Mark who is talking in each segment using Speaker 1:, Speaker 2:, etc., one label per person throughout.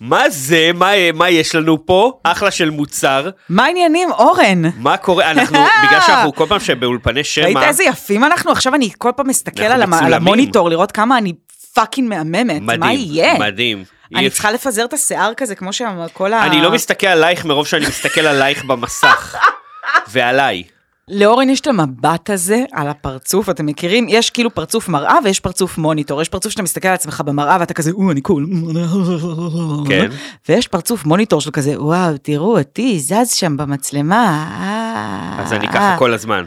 Speaker 1: מה זה? מה, מה יש לנו פה? אחלה של מוצר.
Speaker 2: מה העניינים, אורן?
Speaker 1: מה קורה? אנחנו, בגלל שאנחנו כל פעם שבאולפני שמע...
Speaker 2: ראית איזה יפים אנחנו? עכשיו אני כל פעם מסתכל
Speaker 1: אנחנו
Speaker 2: על המ- על
Speaker 1: מצולמים.
Speaker 2: המוניטור, לראות כמה אני פאקינג מהממת.
Speaker 1: מדהים,
Speaker 2: מה יהיה?
Speaker 1: מדהים. אי
Speaker 2: אני
Speaker 1: אפשר-
Speaker 2: צריכה לפזר את השיער כזה, כמו שכל ה...
Speaker 1: אני לא מסתכל עלייך מרוב שאני מסתכל עלייך במסך. ועליי.
Speaker 2: לאורן יש את המבט הזה על הפרצוף, אתם מכירים? יש כאילו פרצוף מראה ויש פרצוף מוניטור. יש פרצוף שאתה מסתכל על עצמך במראה ואתה כזה, או, אני קול.
Speaker 1: כן.
Speaker 2: ויש פרצוף מוניטור של כזה, וואו, תראו אותי, זז שם במצלמה. אה,
Speaker 1: אז אני
Speaker 2: אה."
Speaker 1: ככה כל הזמן.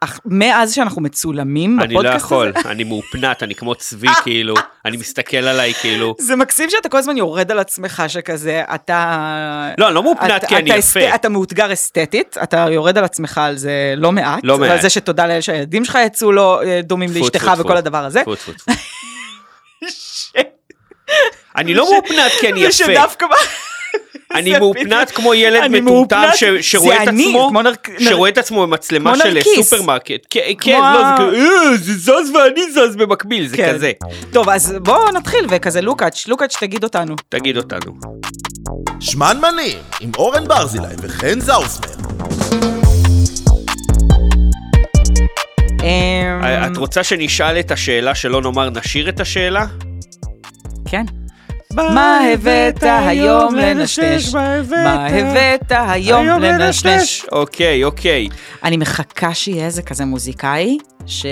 Speaker 2: אך מאז שאנחנו מצולמים
Speaker 1: אני לא
Speaker 2: בפודקאסט
Speaker 1: יכול,
Speaker 2: הזה,
Speaker 1: אני מאופנת, אני כמו צבי כאילו, אני מסתכל עליי כאילו.
Speaker 2: זה מקסים שאתה כל הזמן יורד על עצמך שכזה, אתה...
Speaker 1: לא, אני לא מאופנת
Speaker 2: אתה-
Speaker 1: כי אני
Speaker 2: אתה
Speaker 1: יפה.
Speaker 2: אסת- אתה מאותגר אסתטית, אתה יורד על עצמך על זה לא מעט.
Speaker 1: לא מעט.
Speaker 2: ועל זה שתודה לאל שהילדים שלך יצאו לא אה, דומים
Speaker 1: טפו,
Speaker 2: לאשתך
Speaker 1: טפו, טפו.
Speaker 2: וכל הדבר הזה.
Speaker 1: טפו, טפו, טפו. אני לא מאופנת כי אני יפה.
Speaker 2: ושדווקא... מה-
Speaker 1: אני
Speaker 2: זה
Speaker 1: מאופנת
Speaker 2: בדיוק.
Speaker 1: כמו ילד
Speaker 2: אני
Speaker 1: מטומטם
Speaker 2: מאופנת,
Speaker 1: ש-
Speaker 2: זה
Speaker 1: שרואה את
Speaker 2: אני,
Speaker 1: עצמו,
Speaker 2: כמו נרק-
Speaker 1: שרואה את עצמו במצלמה
Speaker 2: כמו
Speaker 1: של אה,
Speaker 2: נרקיס.
Speaker 1: סופרמרקט. כן, כן,
Speaker 2: ה-
Speaker 1: לא, זה כזה, "אה, זה זז ואני זז במקביל, זה
Speaker 2: כן.
Speaker 1: כזה.
Speaker 2: טוב, אז בואו נתחיל, וכזה לוקאץ', לוקאץ', תגיד אותנו.
Speaker 1: תגיד אותנו.
Speaker 3: שמנמנים, עם אורן ברזילי וחן זאוסמן.
Speaker 2: אמ,
Speaker 1: אה, את רוצה שנשאל את השאלה שלא נאמר נשאיר את השאלה?
Speaker 2: כן. מה הבאת היום לנשנש? מה הבאת היום לנשנש?
Speaker 1: אוקיי, אוקיי.
Speaker 2: אני מחכה שיהיה איזה כזה מוזיקאי, ש...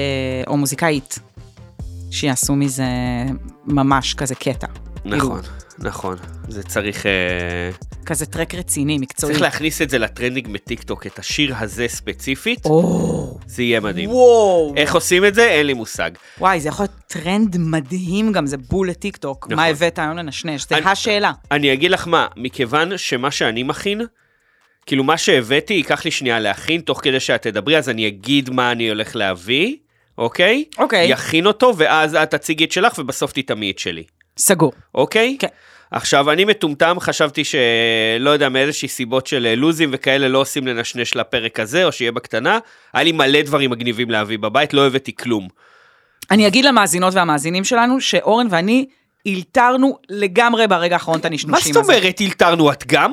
Speaker 2: או מוזיקאית, שיעשו מזה ממש כזה קטע.
Speaker 1: נכון,
Speaker 2: כאילו,
Speaker 1: נכון. זה צריך... אה,
Speaker 2: כזה טרק רציני, מקצועי.
Speaker 1: צריך להכניס את זה לטרנדינג בטיקטוק, את השיר הזה ספציפית,
Speaker 2: או,
Speaker 1: זה יהיה מדהים.
Speaker 2: וואו.
Speaker 1: איך עושים את זה? אין לי מושג.
Speaker 2: וואי, זה יכול להיות טרנד מדהים גם, זה בול לטיקטוק.
Speaker 1: נכון.
Speaker 2: מה הבאת היום לנשנש? זה
Speaker 1: אני-
Speaker 2: השאלה.
Speaker 1: אני אגיד לך מה, מכיוון שמה שאני מכין, כאילו מה שהבאתי, ייקח לי שנייה להכין, תוך כדי שאת תדברי, אז אני אגיד מה אני הולך להביא, אוקיי?
Speaker 2: אוקיי.
Speaker 1: יכין אותו, ואז את תציגי את שלך, ובסוף תטעמי את שלי,
Speaker 2: סגור.
Speaker 1: אוקיי?
Speaker 2: כן. עכשיו,
Speaker 1: עכשיו, אני מטומטם, חשבתי שלא יודע, מאיזושהי סיבות של אה, לוזים וכאלה לא עושים לנשנש לפרק הזה, או שיהיה בקטנה. היה לי מלא דברים מגניבים להביא בבית, לא הבאתי כלום.
Speaker 2: אני אגיד למאזינות והמאזינים שלנו, שאורן ואני אלתרנו לגמרי ברגע האחרון את הנשנושים
Speaker 1: מה
Speaker 2: הזה.
Speaker 1: זאת אומרת, הילתרנו את גם?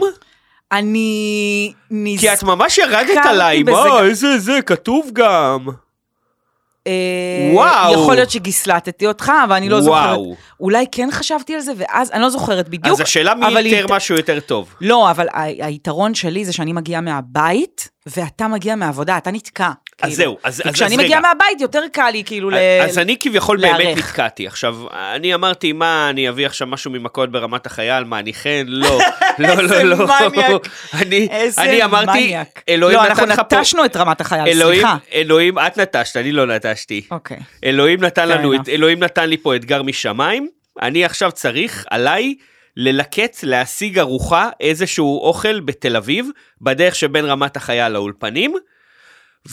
Speaker 2: אני... נז...
Speaker 1: כי את ממש ירדת
Speaker 2: נזכרתי
Speaker 1: עליי,
Speaker 2: בזה
Speaker 1: מה,
Speaker 2: גם.
Speaker 1: איזה זה, כתוב גם.
Speaker 2: אה,
Speaker 1: וואו.
Speaker 2: יכול להיות שגיסלטתי אותך, אבל אני לא זוכרת.
Speaker 1: וואו.
Speaker 2: אולי כן חשבתי על זה, ואז אני לא זוכרת בדיוק.
Speaker 1: אז השאלה מי
Speaker 2: אבל
Speaker 1: יותר
Speaker 2: הת-
Speaker 1: משהו יותר טוב.
Speaker 2: לא, אבל ה- היתרון שלי זה שאני מגיעה מהבית, ואתה מגיע מהעבודה, אתה נתקע.
Speaker 1: אז
Speaker 2: כאילו.
Speaker 1: זהו, אז- אז
Speaker 2: וכשאני
Speaker 1: אז
Speaker 2: מגיעה
Speaker 1: רגע.
Speaker 2: מהבית, יותר קל לי כאילו ל...
Speaker 1: אז אני כביכול באמת
Speaker 2: להיערך.
Speaker 1: נתקעתי. עכשיו, אני אמרתי, מה, אני אביא עכשיו משהו ממכות ברמת החייל, מה, אני חן? לא, לא, לא,
Speaker 2: איזה
Speaker 1: לא.
Speaker 2: מניאק.
Speaker 1: אני-
Speaker 2: איזה
Speaker 1: אני אמרתי,
Speaker 2: מניאק.
Speaker 1: אלוהים
Speaker 2: לא,
Speaker 1: נתן לך
Speaker 2: אנחנו
Speaker 1: פה...
Speaker 2: נטשנו את רמת החייל,
Speaker 1: אלוהים,
Speaker 2: סליחה.
Speaker 1: אלוהים, את נטשת, אני לא נטשתי.
Speaker 2: אוקיי.
Speaker 1: אלוהים נתן
Speaker 2: Fair
Speaker 1: לנו, את-
Speaker 2: enough.
Speaker 1: אלוהים נתן לי פה אתגר משמיים, אני עכשיו צריך עליי ללקט, להשיג ארוחה, איזשהו אוכל בתל אביב, בדרך שבין רמת החייל לאולפנים,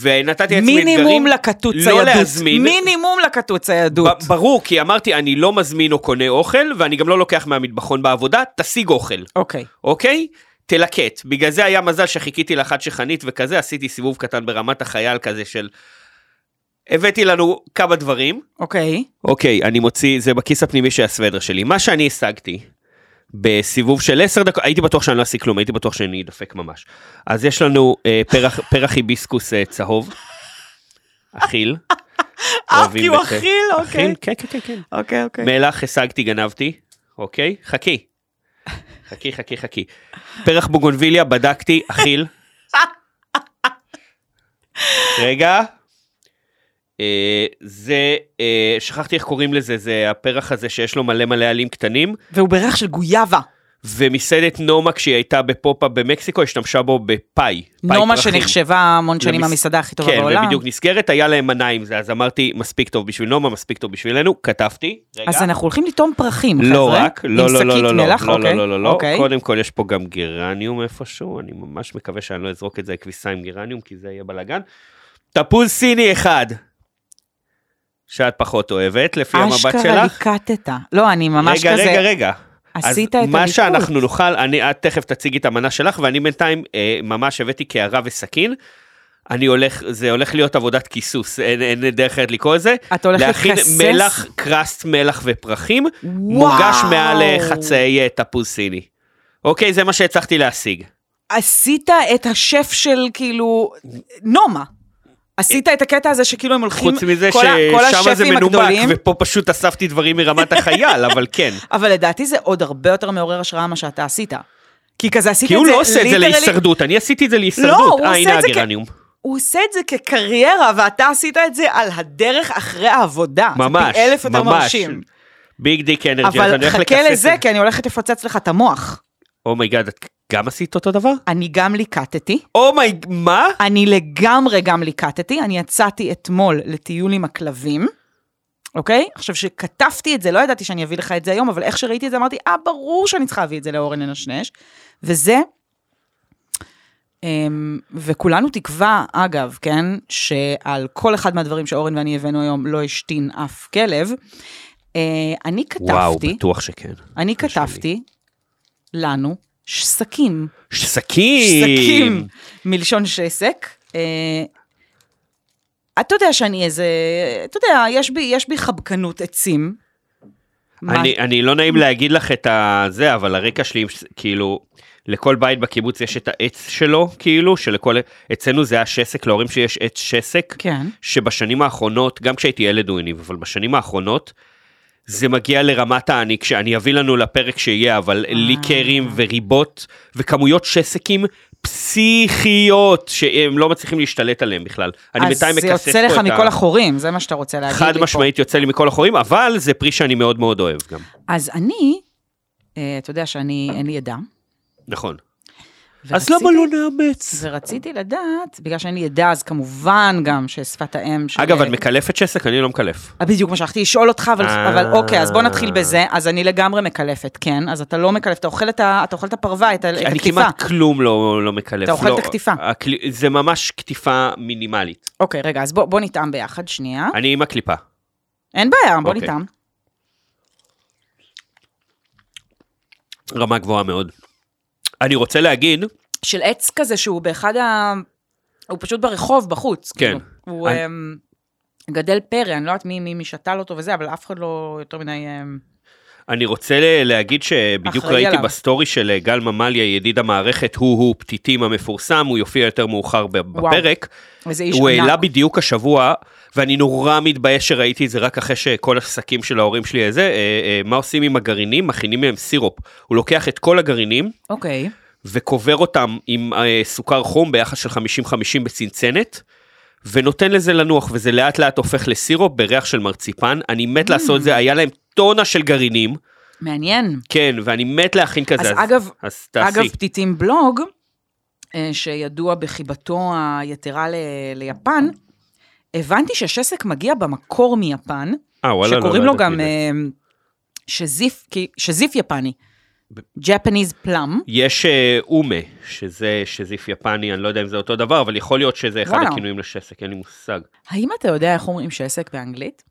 Speaker 1: ונתתי לעצמי אתגרים.
Speaker 2: מינימום לקטוץ
Speaker 1: לא
Speaker 2: הידות.
Speaker 1: להזמין.
Speaker 2: מינימום לקטוץ הידות.
Speaker 1: ב- ברור, כי אמרתי, אני לא מזמין או קונה אוכל, ואני גם לא לוקח מהמטבחון בעבודה, תשיג אוכל.
Speaker 2: אוקיי.
Speaker 1: אוקיי? תלקט. בגלל זה היה מזל שחיכיתי לאחת שחנית וכזה, עשיתי סיבוב קטן ברמת החייל כזה של... הבאתי לנו כמה דברים.
Speaker 2: אוקיי.
Speaker 1: אוקיי, אני מוציא, זה בכיס הפנימי של הסוודר שלי. מה שאני השגתי בסיבוב של 10 דקות, הייתי בטוח שאני לא אעשה כלום, הייתי בטוח שאני אדפק ממש. אז יש לנו אה, פרח, פרח היביסקוס אה, צהוב, אכיל.
Speaker 2: אה,
Speaker 1: אוהבים
Speaker 2: כי הוא
Speaker 1: בטח.
Speaker 2: אכיל,
Speaker 1: אכיל,
Speaker 2: אוקיי.
Speaker 1: כן, כן, כן, כן.
Speaker 2: אוקיי, אוקיי.
Speaker 1: מלח השגתי, גנבתי, אוקיי? חכי. חכי, חכי, חכי. פרח בוגונביליה, בדקתי, אכיל. רגע. אה, זה, אה, שכחתי איך קוראים לזה, זה הפרח הזה שיש לו מלא מלא עלים קטנים,
Speaker 2: והוא בריח של גויאבה.
Speaker 1: ומסעדת נומה כשהיא הייתה בפופה במקסיקו, השתמשה בו בפאי. פאי
Speaker 2: נורמה
Speaker 1: פרחים.
Speaker 2: שנחשבה המון שנים
Speaker 1: למס-
Speaker 2: המסעדה הכי טובה
Speaker 1: כן,
Speaker 2: בעולם.
Speaker 1: ובדיוק נסגרת, היה להם מנה עם זה, אז אמרתי, מספיק טוב בשביל נומה, מספיק טוב בשבילנו, כתבתי. רגע.
Speaker 2: אז אנחנו הולכים לטעום פרחים,
Speaker 1: לא
Speaker 2: חבר'ה.
Speaker 1: רק, לא,
Speaker 2: עם
Speaker 1: לא, לא,
Speaker 2: שקית
Speaker 1: לא, לא,
Speaker 2: מלח,
Speaker 1: לא,
Speaker 2: אוקיי.
Speaker 1: לא, לא, לא, לא,
Speaker 2: אוקיי.
Speaker 1: קודם כל יש פה גם גרניום איפשהו, אני ממש מקווה שאני לא אזרוק את זה לכביסה עם גרניום, כי זה יהיה בלאגן. תפוז סיני אחד, שאת פחות אוהבת, לפי המבט
Speaker 2: אשכרה
Speaker 1: שלך.
Speaker 2: ליקטת. לא, אני ממש
Speaker 1: רגע, רגע,
Speaker 2: כזה,
Speaker 1: רגע. אז
Speaker 2: עשית את הליקוט.
Speaker 1: מה שאנחנו לא- נאכל, אני, את תכף תציגי את המנה שלך, ואני בינתיים אה, ממש הבאתי קערה וסכין. אני הולך, זה הולך להיות עבודת כיסוס, אין, אין דרך אחרת לקרוא לזה.
Speaker 2: אתה הולך
Speaker 1: להכין
Speaker 2: לכסס?
Speaker 1: מלח, קראסט, מלח ופרחים,
Speaker 2: וואו.
Speaker 1: מוגש מעל אה, חצאי אה, תפוז סיני. אוקיי, זה מה שהצלחתי להשיג.
Speaker 2: עשית את השף של כאילו, נומה. עשית את הקטע הזה שכאילו הם הולכים,
Speaker 1: חוץ מזה
Speaker 2: כל ה- כל
Speaker 1: ששם זה
Speaker 2: השפים
Speaker 1: מנומק,
Speaker 2: הגדולים,
Speaker 1: ופה פשוט אספתי דברים מרמת החייל, אבל כן.
Speaker 2: אבל לדעתי זה עוד הרבה יותר מעורר השראה מה שאתה עשית. כי כזה עשית
Speaker 1: כי
Speaker 2: את
Speaker 1: הוא
Speaker 2: כן, זה
Speaker 1: לא עושה את זה
Speaker 2: literally-
Speaker 1: להישרדות, אני עשיתי את זה להישרדות.
Speaker 2: לא, הוא
Speaker 1: אה,
Speaker 2: עושה
Speaker 1: הנה
Speaker 2: את זה כ-
Speaker 1: הגרניום.
Speaker 2: הוא עושה את זה כקריירה, ואתה עשית את זה על הדרך אחרי העבודה. זה
Speaker 1: ממש,
Speaker 2: פי אלף יותר
Speaker 1: ממש.
Speaker 2: מרשים.
Speaker 1: ביג דיק אנרגי, אז אני
Speaker 2: אבל
Speaker 1: הולך
Speaker 2: חכה
Speaker 1: לקצץ
Speaker 2: לזה, כי אני הולכת לפוצץ לך את המוח.
Speaker 1: אומייגאד, את גם עשית אותו דבר?
Speaker 2: אני גם ליקטתי.
Speaker 1: אומייג, מה?
Speaker 2: אני לגמרי גם ליקטתי, אני יצאתי אתמול לטיול עם הכלבים, אוקיי? עכשיו, שכתבתי את זה, לא ידעתי שאני אביא לך את זה היום, אבל איך שראיתי את זה אמרתי, אה, ברור שאני צריכה להביא את זה לאורן לנשנש. וזה, אמ, וכולנו תקווה, אגב, כן, שעל כל אחד מהדברים שאורן ואני הבאנו היום לא השתין אף כלב. אה, אני כתבתי,
Speaker 1: וואו, בטוח שכן.
Speaker 2: אני כתבתי לנו שסקים.
Speaker 1: שסקים!
Speaker 2: שסקים, מלשון שסק. אה, אתה יודע שאני איזה, אתה יודע, יש בי, יש בי חבקנות עצים. מה-
Speaker 1: אני, אני לא נעים להגיד לך את הזה, אבל הרקע שלי, עם ש- כאילו, לכל בית בקיבוץ יש את העץ שלו, כאילו, שלכל, אצלנו זה השסק, להורים שיש עץ שסק,
Speaker 2: כן.
Speaker 1: שבשנים האחרונות, גם כשהייתי ילד הוא הניב, אבל בשנים האחרונות, זה מגיע לרמת העני, כשאני אביא לנו לפרק שיהיה, אבל
Speaker 2: אה.
Speaker 1: ליקרים וריבות וכמויות שסקים פסיכיות, שהם לא מצליחים להשתלט עליהם בכלל. אני בינתיים
Speaker 2: אז זה
Speaker 1: מקסס פה את ה...
Speaker 2: יוצא לך מכל החורים, זה מה שאתה רוצה להגיד לי פה.
Speaker 1: חד משמעית יוצא לי מכל החורים, אבל זה פרי שאני מאוד מאוד אוהב גם.
Speaker 2: אז אני, אה, אתה יודע שאני, אין לי ידע.
Speaker 1: נכון.
Speaker 2: ורציתי-
Speaker 1: נאמץ?
Speaker 2: ורציתי לדעת, בגלל שאין לי ידע, אז כמובן גם ששפת האם של...
Speaker 1: אגב, את מקלפת שסק? אני לא מקלף.
Speaker 2: אה, בדיוק מה שהלכתי לשאול אותך, אבל,
Speaker 1: אה.
Speaker 2: אבל אוקיי, אז בוא נתחיל בזה. אז אני לגמרי מקלפת, כן? אז אתה לא מקלף, אתה אוכל את, ה, אתה אוכל את הפרווה, את, ה- את הקטיפה.
Speaker 1: אני כמעט כלום לא לא מקלף.
Speaker 2: אתה אוכל
Speaker 1: לא,
Speaker 2: את הקטיפה.
Speaker 1: הקל- זה ממש קטיפה מינימלית.
Speaker 2: אוקיי, רגע, אז בוא, בוא נטעם ביחד, שנייה.
Speaker 1: אני עם הקליפה.
Speaker 2: אין בעיה, בוא
Speaker 1: אוקיי.
Speaker 2: נטעם.
Speaker 1: רמה גבוהה מאוד. אני רוצה להגיד,
Speaker 2: של עץ כזה שהוא באחד ה... הוא פשוט ברחוב, בחוץ.
Speaker 1: כן.
Speaker 2: כאילו. הוא
Speaker 1: אני-
Speaker 2: אמ, גדל פרא, אני לא יודעת מי, מי, מי שתל אותו וזה, אבל אף אחד לא יותר מדי... אמ,
Speaker 1: אני רוצה ל- להגיד שבדיוק
Speaker 2: אחראי
Speaker 1: ראיתי
Speaker 2: עליו.
Speaker 1: בסטורי של אה, גל ממליה, ידיד המערכת, הוא-הוא פתיתים המפורסם, הוא יופיע יותר מאוחר ב-
Speaker 2: וואו,
Speaker 1: בפרק.
Speaker 2: איזה איש
Speaker 1: הוא העלה
Speaker 2: ענק.
Speaker 1: בדיוק השבוע, ואני נורא מתבייש שראיתי את זה רק אחרי שכל השקים של ההורים שלי איזה, אה, אה, מה עושים עם הגרעינים? מכינים מהם סירופ. הוא לוקח את כל הגרעינים
Speaker 2: אוקיי.
Speaker 1: וקובר אותם עם אה, סוכר חום ביחס של 50-50 בצנצנת, ונותן לזה לנוח, וזה לאט לאט הופך לסירופ בריח של מרציפן. אני
Speaker 2: Mm.
Speaker 1: מת לעשות את זה, היה להם טונה של גרעינים,
Speaker 2: מעניין.
Speaker 1: כן, ואני מת להכין כזה.
Speaker 2: אז אגב-
Speaker 1: אז תעשי.
Speaker 2: אגב, פתיתים בלוג, אה, שידוע בחיבתו היתרה ל... ליפן, הבנתי ששסק מגיע במקור מיפן,
Speaker 1: אה, וואלה, לא
Speaker 2: שקוראים לו
Speaker 1: ידעתי את
Speaker 2: גם
Speaker 1: זה.
Speaker 2: אמ, שזיף, כי- שזיף יפני. ג'פניז פלאם.
Speaker 1: יש אה, אומה, שזה שזיף יפני, אני לא יודע אם זה אותו דבר, אבל יכול להיות שזה אחד
Speaker 2: וואלה.
Speaker 1: הכינויים לשסק, אין לי מושג.
Speaker 2: האם אתה יודע איך אומרים שסק באנגלית?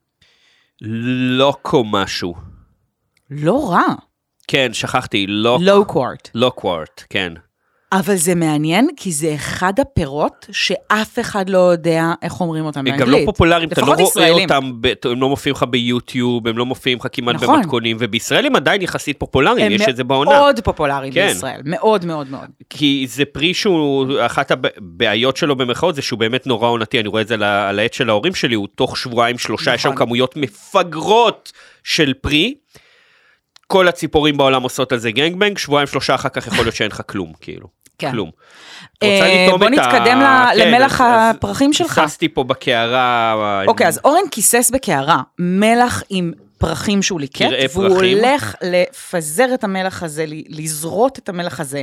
Speaker 1: לוקו משהו.
Speaker 2: לא רע.
Speaker 1: כן, שכחתי, לוק,
Speaker 2: לואו קוורט.
Speaker 1: לוקוורט, כן.
Speaker 2: אבל זה מעניין, כי זה אחד הפירות שאף אחד לא יודע איך אומרים אותם
Speaker 1: הם
Speaker 2: באנגלית.
Speaker 1: גם לא פופולריים, אתה לא
Speaker 2: לפחות
Speaker 1: רואה
Speaker 2: ישראלים.
Speaker 1: אותם, ב- הם לא מופיעים לך ביוטיוב, הם לא מופיעים לך כמעט
Speaker 2: נכון.
Speaker 1: במתכונים, ובישראל הם עדיין יחסית פופולריים,
Speaker 2: הם
Speaker 1: יש את זה בעונה.
Speaker 2: מאוד פופולריים
Speaker 1: כן.
Speaker 2: בישראל, מאוד מאוד מאוד.
Speaker 1: כי זה פרי שהוא, אחת הבעיות שלו במרכאות זה שהוא באמת נורא עונתי, אני רואה את זה על ה- על העט של ההורים שלי, הוא תוך שבועיים שלושה, יש שם
Speaker 2: נכון.
Speaker 1: כמויות מפגרות של פרי. כל הציפורים בעולם עושות על זה גנגבנג, שבועיים שלושה אחר כך יכול להיות שאין לך כלום, כאילו.
Speaker 2: כן.
Speaker 1: כלום.
Speaker 2: אה,
Speaker 1: רוצה לטעום
Speaker 2: בוא
Speaker 1: את ה-
Speaker 2: נתקדם ל-
Speaker 1: כן,
Speaker 2: למלח
Speaker 1: אז-
Speaker 2: הפרחים שלך.
Speaker 1: אז נכנסתי פה בקערה.
Speaker 2: אוקיי, אז אורן כיסס בקערה מלח עם פרחים שהוא ליקט,
Speaker 1: פרעי
Speaker 2: והוא
Speaker 1: פרחים.
Speaker 2: הולך לפזר את המלח הזה, ל- לזרות את המלח הזה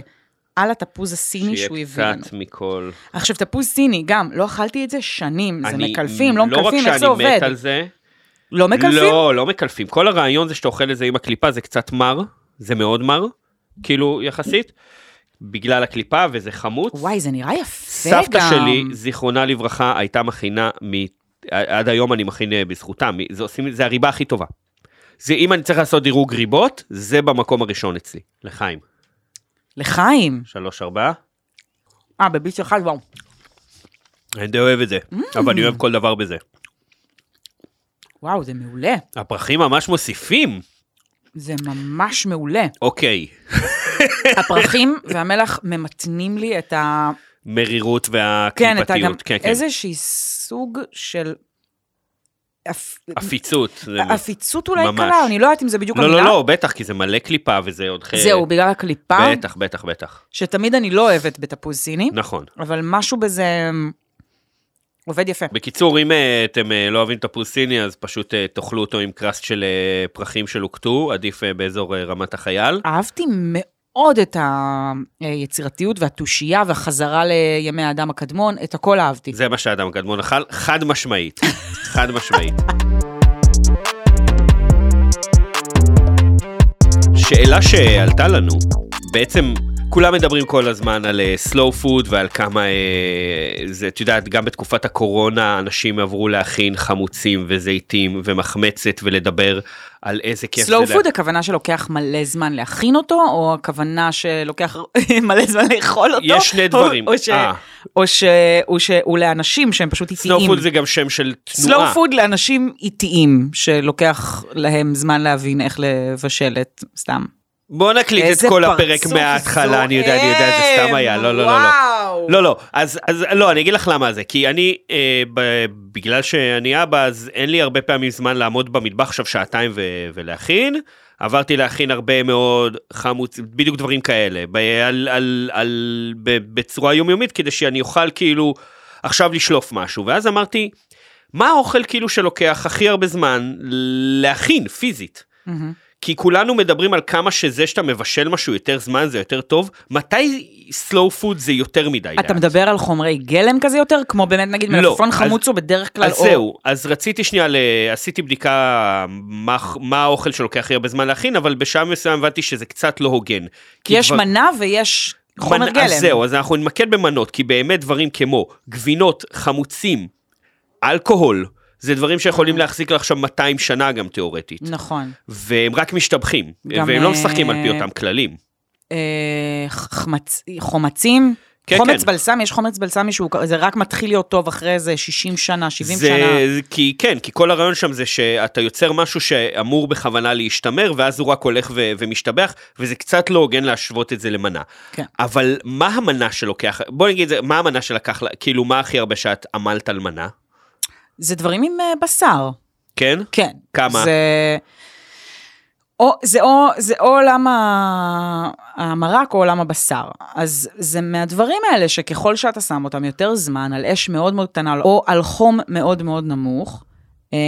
Speaker 2: על התפוז הסיני שהוא הביא
Speaker 1: שיהיה
Speaker 2: לנו.
Speaker 1: קצת מכל.
Speaker 2: עכשיו, תפוז סיני, גם, לא אכלתי את זה שנים, זה
Speaker 1: אני-
Speaker 2: מקלפים, לא
Speaker 1: לא רק
Speaker 2: מקלפים, איך זה
Speaker 1: שאני
Speaker 2: עובד?
Speaker 1: מת על זה.
Speaker 2: לא מקלפים?
Speaker 1: לא, לא מקלפים. כל הרעיון זה שאתה אוכל את זה עם הקליפה, זה קצת מר, זה מאוד מר, כאילו יחסית, בגלל הקליפה וזה חמוץ.
Speaker 2: וואי, זה נראה יפה גם.
Speaker 1: סבתא שלי, זיכרונה לברכה, הייתה מכינה, מ... עד היום אני מכין אה, בזכותה, מ- זה, עושים... זה הריבה הכי טובה. זה אם אני צריך לעשות דירוג ריבות, זה במקום הראשון אצלי, לחיים.
Speaker 2: לחיים.
Speaker 1: שלוש, ארבע.
Speaker 2: אה, בביס אחד, וואו.
Speaker 1: אני די אוהב את זה, אבל אני אוהב כל דבר בזה.
Speaker 2: וואו, זה מעולה.
Speaker 1: הפרחים ממש מוסיפים.
Speaker 2: זה ממש מעולה.
Speaker 1: אוקיי,
Speaker 2: הפרחים והמלח ממתנים לי את ה...
Speaker 1: מרירות
Speaker 2: כן, את ה... גם
Speaker 1: והקליפתיות. כן, כן.
Speaker 2: איזשהי סוג של... אפ...
Speaker 1: עפיצות. זה-
Speaker 2: עפיצות אולי
Speaker 1: ממש.
Speaker 2: קלה, אני לא יודעת אם זה בדיוק
Speaker 1: לא,
Speaker 2: המילה.
Speaker 1: לא, לא, בטח, כי זה מלא קליפה וזה עוד חרב.
Speaker 2: זהו, בגלל הקליפה,
Speaker 1: בטח, בטח, בטח.
Speaker 2: שתמיד אני לא אוהבת בתפוז סיני,
Speaker 1: נכון.
Speaker 2: אבל משהו בזה אמ, עובד יפה.
Speaker 1: בקיצור, אם אה, אתם אה, לא אוהבים תפוז סיני, אז פשוט אה, תאכלו אותו עם קראסט של אה, פרחים שלוקטו, עדיף אה, באזור אה, רמת החייל.
Speaker 2: אהבתי מאוד את היצירתיות והתושייה והחזרה לימי האדם הקדמון, את הכל אהבתי.
Speaker 1: זה מה שהאדם הקדמון אכל, חד משמעית. חד משמעית. שאלה שעלתה לנו, בעצם כולם מדברים כל הזמן על סלואו פוד ועל כמה אה, זה, את יודעת, גם בתקופת הקורונה אנשים עברו להכין חמוצים וזיתים ומחמצת ולדבר על איזה כיף
Speaker 2: סלואו
Speaker 1: זה.
Speaker 2: פוד, הכוונה שלוקח מלא זמן להכין אותו, או הכוונה שלוקח מלא זמן לאכול אותו?
Speaker 1: יש שני
Speaker 2: לא או-
Speaker 1: דברים.
Speaker 2: או ש-
Speaker 1: אה.
Speaker 2: או ש- או שהוא לאנשים שהם פשוט איטיים.
Speaker 1: סלואו פוד זה גם שם של
Speaker 2: סלואו
Speaker 1: תנועה.
Speaker 2: פוד לאנשים איטיים, שלוקח להם זמן להבין איך לבשל את, סתם.
Speaker 1: בוא נקליט את
Speaker 2: איזה
Speaker 1: כל
Speaker 2: פרצוף
Speaker 1: הפרק מההתחלה, אני יודע, אני יודע, זה סתם
Speaker 2: זועם,
Speaker 1: היה, לא, לא, לא, לא.
Speaker 2: וואו.
Speaker 1: לא לא אז אז לא אני אגיד לך למה זה כי אני אה, ב, בגלל שאני אבא אז אין לי הרבה פעמים זמן לעמוד במטבח עכשיו שעתיים ו, ולהכין עברתי להכין הרבה מאוד חמוץ בדיוק דברים כאלה ב, על, על, על, ב, בצורה יומיומית כדי שאני אוכל כאילו עכשיו לשלוף משהו ואז אמרתי מה האוכל כאילו שלוקח הכי הרבה זמן להכין פיזית.
Speaker 2: מהמם.
Speaker 1: כי כולנו מדברים על כמה שזה שאתה מבשל משהו יותר זמן זה יותר טוב, מתי slow food זה יותר מדי?
Speaker 2: אתה
Speaker 1: לאט?
Speaker 2: מדבר על חומרי גלם כזה יותר? כמו באמת נגיד
Speaker 1: לא,
Speaker 2: מלפפון
Speaker 1: אז-
Speaker 2: חמוץ הוא בדרך כלל...
Speaker 1: אז
Speaker 2: או-
Speaker 1: זהו, אז רציתי שנייה, ל... עשיתי בדיקה מה, מה האוכל שלוקח הכי הרבה זמן להכין, אבל בשעה מסוים הבנתי שזה קצת לא הוגן.
Speaker 2: כי יש מנה ויש חומר גלם.
Speaker 1: אז זהו, אז אנחנו נתמקד במנות, כי באמת דברים כמו גבינות, חמוצים, אלכוהול, זה דברים
Speaker 2: אה.
Speaker 1: שיכולים להחזיק לך עכשיו 200 שנה גם תיאורטית,
Speaker 2: נכון.
Speaker 1: והם רק משתבחים,
Speaker 2: גם,
Speaker 1: והם לא משחקים על פי
Speaker 2: אה,
Speaker 1: אותם כללים.
Speaker 2: אה, חמצ... חומצים.
Speaker 1: כן,
Speaker 2: חומץ
Speaker 1: כן.
Speaker 2: בלסמי, יש חומץ בלסמי שהוא, כ- זה רק מתחיל להיות טוב אחרי איזה 60 שנה, 70
Speaker 1: זה,
Speaker 2: שנה.
Speaker 1: זה- כי כן, כי כל הרעיון שם זה שאתה יוצר משהו שאמור בכוונה להשתמר, ואז הוא רק הולך ו- ומשתבח, וזה קצת לא הוגן להשוות את זה למנה.
Speaker 2: כן.
Speaker 1: אבל מה המנה שלוקח, בוא נגיד, זה, מה המנה שלקח, לה- כאילו, מה הכי הרבה שאת עמלת על מנה?
Speaker 2: זה דברים עם אה, בשר,
Speaker 1: כן?
Speaker 2: כן.
Speaker 1: כמה?
Speaker 2: זה... או, זה, או, זה או עולם ה- המרק או עולם הבשר. אז זה מהדברים האלה שככל שאתה שם אותם יותר זמן, על אש מאוד מאוד קטנה או על חום מאוד מאוד נמוך, אה,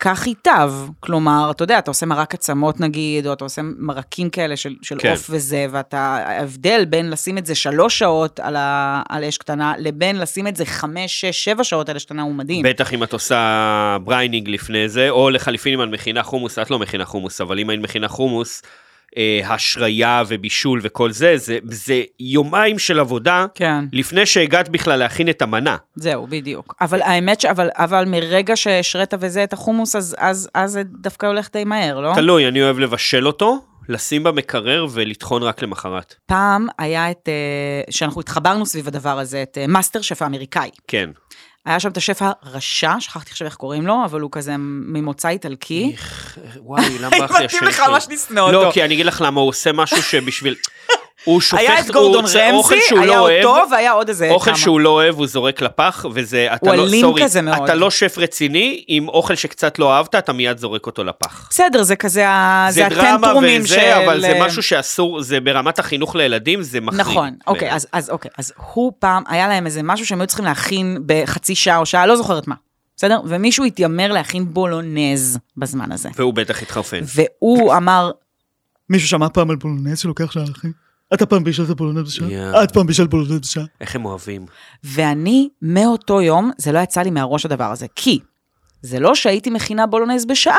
Speaker 2: כך ייטב. כלומר, אתה יודע, אתה עושה מרק עצמות נגיד, או אתה עושה מרקים כאלה של, של
Speaker 1: כן.
Speaker 2: עוף וזה, ואתה, ההבדל בין לשים את זה שלוש שעות על, ה, על אש קטנה, לבין לשים את זה חמש, שש, שבע שעות על אש קטנה הוא מדהים.
Speaker 1: בטח אם את עושה בריינינג לפני זה, או לחליפין אם את מכינה חומוס, את לא מכינה חומוס, אבל אם היית מכינה חומוס, אה, השריה ובישול וכל זה, זה, זה יומיים של עבודה.
Speaker 2: כן.
Speaker 1: לפני שהגעת בכלל להכין את המנה.
Speaker 2: זהו, בדיוק. אבל האמת ש... אבל, אבל מרגע שהשרית וזה את החומוס, אז, אז, אז זה דווקא הולך די מהר, לא?
Speaker 1: תלוי, אני אוהב לבשל אותו, לשים במקרר ולטחון רק למחרת.
Speaker 2: פעם היה את... אה, שאנחנו התחברנו סביב הדבר הזה, את אה, מאסטר שף האמריקאי.
Speaker 1: כן.
Speaker 2: היה שם את השף הרשע, שכחתי עכשיו איך קוראים לו, אבל הוא כזה ממוצא איטלקי.
Speaker 1: וואי, למה אחי
Speaker 2: מתאים לך ממש לשנוא אותו.
Speaker 1: לא, כי אני אגיד לך למה, הוא עושה משהו שבשביל... הוא שופך...
Speaker 2: היה את
Speaker 1: הוא
Speaker 2: גורדון
Speaker 1: עושה אוכל
Speaker 2: רמזי,
Speaker 1: שהוא
Speaker 2: היה
Speaker 1: לא אוהב,
Speaker 2: אותו, והיה עוד איזה
Speaker 1: אוכל
Speaker 2: כמה.
Speaker 1: שהוא לא אוהב, הוא זורק לפח, וזה, אתה
Speaker 2: הוא
Speaker 1: לא,
Speaker 2: אלים
Speaker 1: סורי,
Speaker 2: כזה מאוד.
Speaker 1: אתה לא שף רציני, עם אוכל שקצת לא אהבת, אתה מיד זורק אותו לפח.
Speaker 2: בסדר, זה כזה, ה- זה
Speaker 1: דרמה
Speaker 2: הטנטרומים של...
Speaker 1: וזה, אבל זה משהו שאסור, זה ברמת החינוך לילדים, זה מחריד.
Speaker 2: נכון, אוקיי, אז, אז אוקיי, אז הוא פעם, היה להם איזה משהו שהם היו צריכים להכין בחצי שעה או שעה, לא זוכרת מה, בסדר? ומישהו התיימר להכין בולונז בזמן הזה.
Speaker 1: והוא בטח התחרפן.
Speaker 2: והוא אמר,
Speaker 4: מישהו שמע פעם על בולונז שלוקח שעה, אחי? אתה פעם בישלת בולונז
Speaker 1: יאה.
Speaker 4: בשעה? אה, את פעם בישלת בולונז בשעה?
Speaker 1: איך הם אוהבים.
Speaker 2: ואני מאותו יום, זה לא יצא לי מהראש הדבר הזה, כי זה לא שהייתי מכינה בולונז בשעה,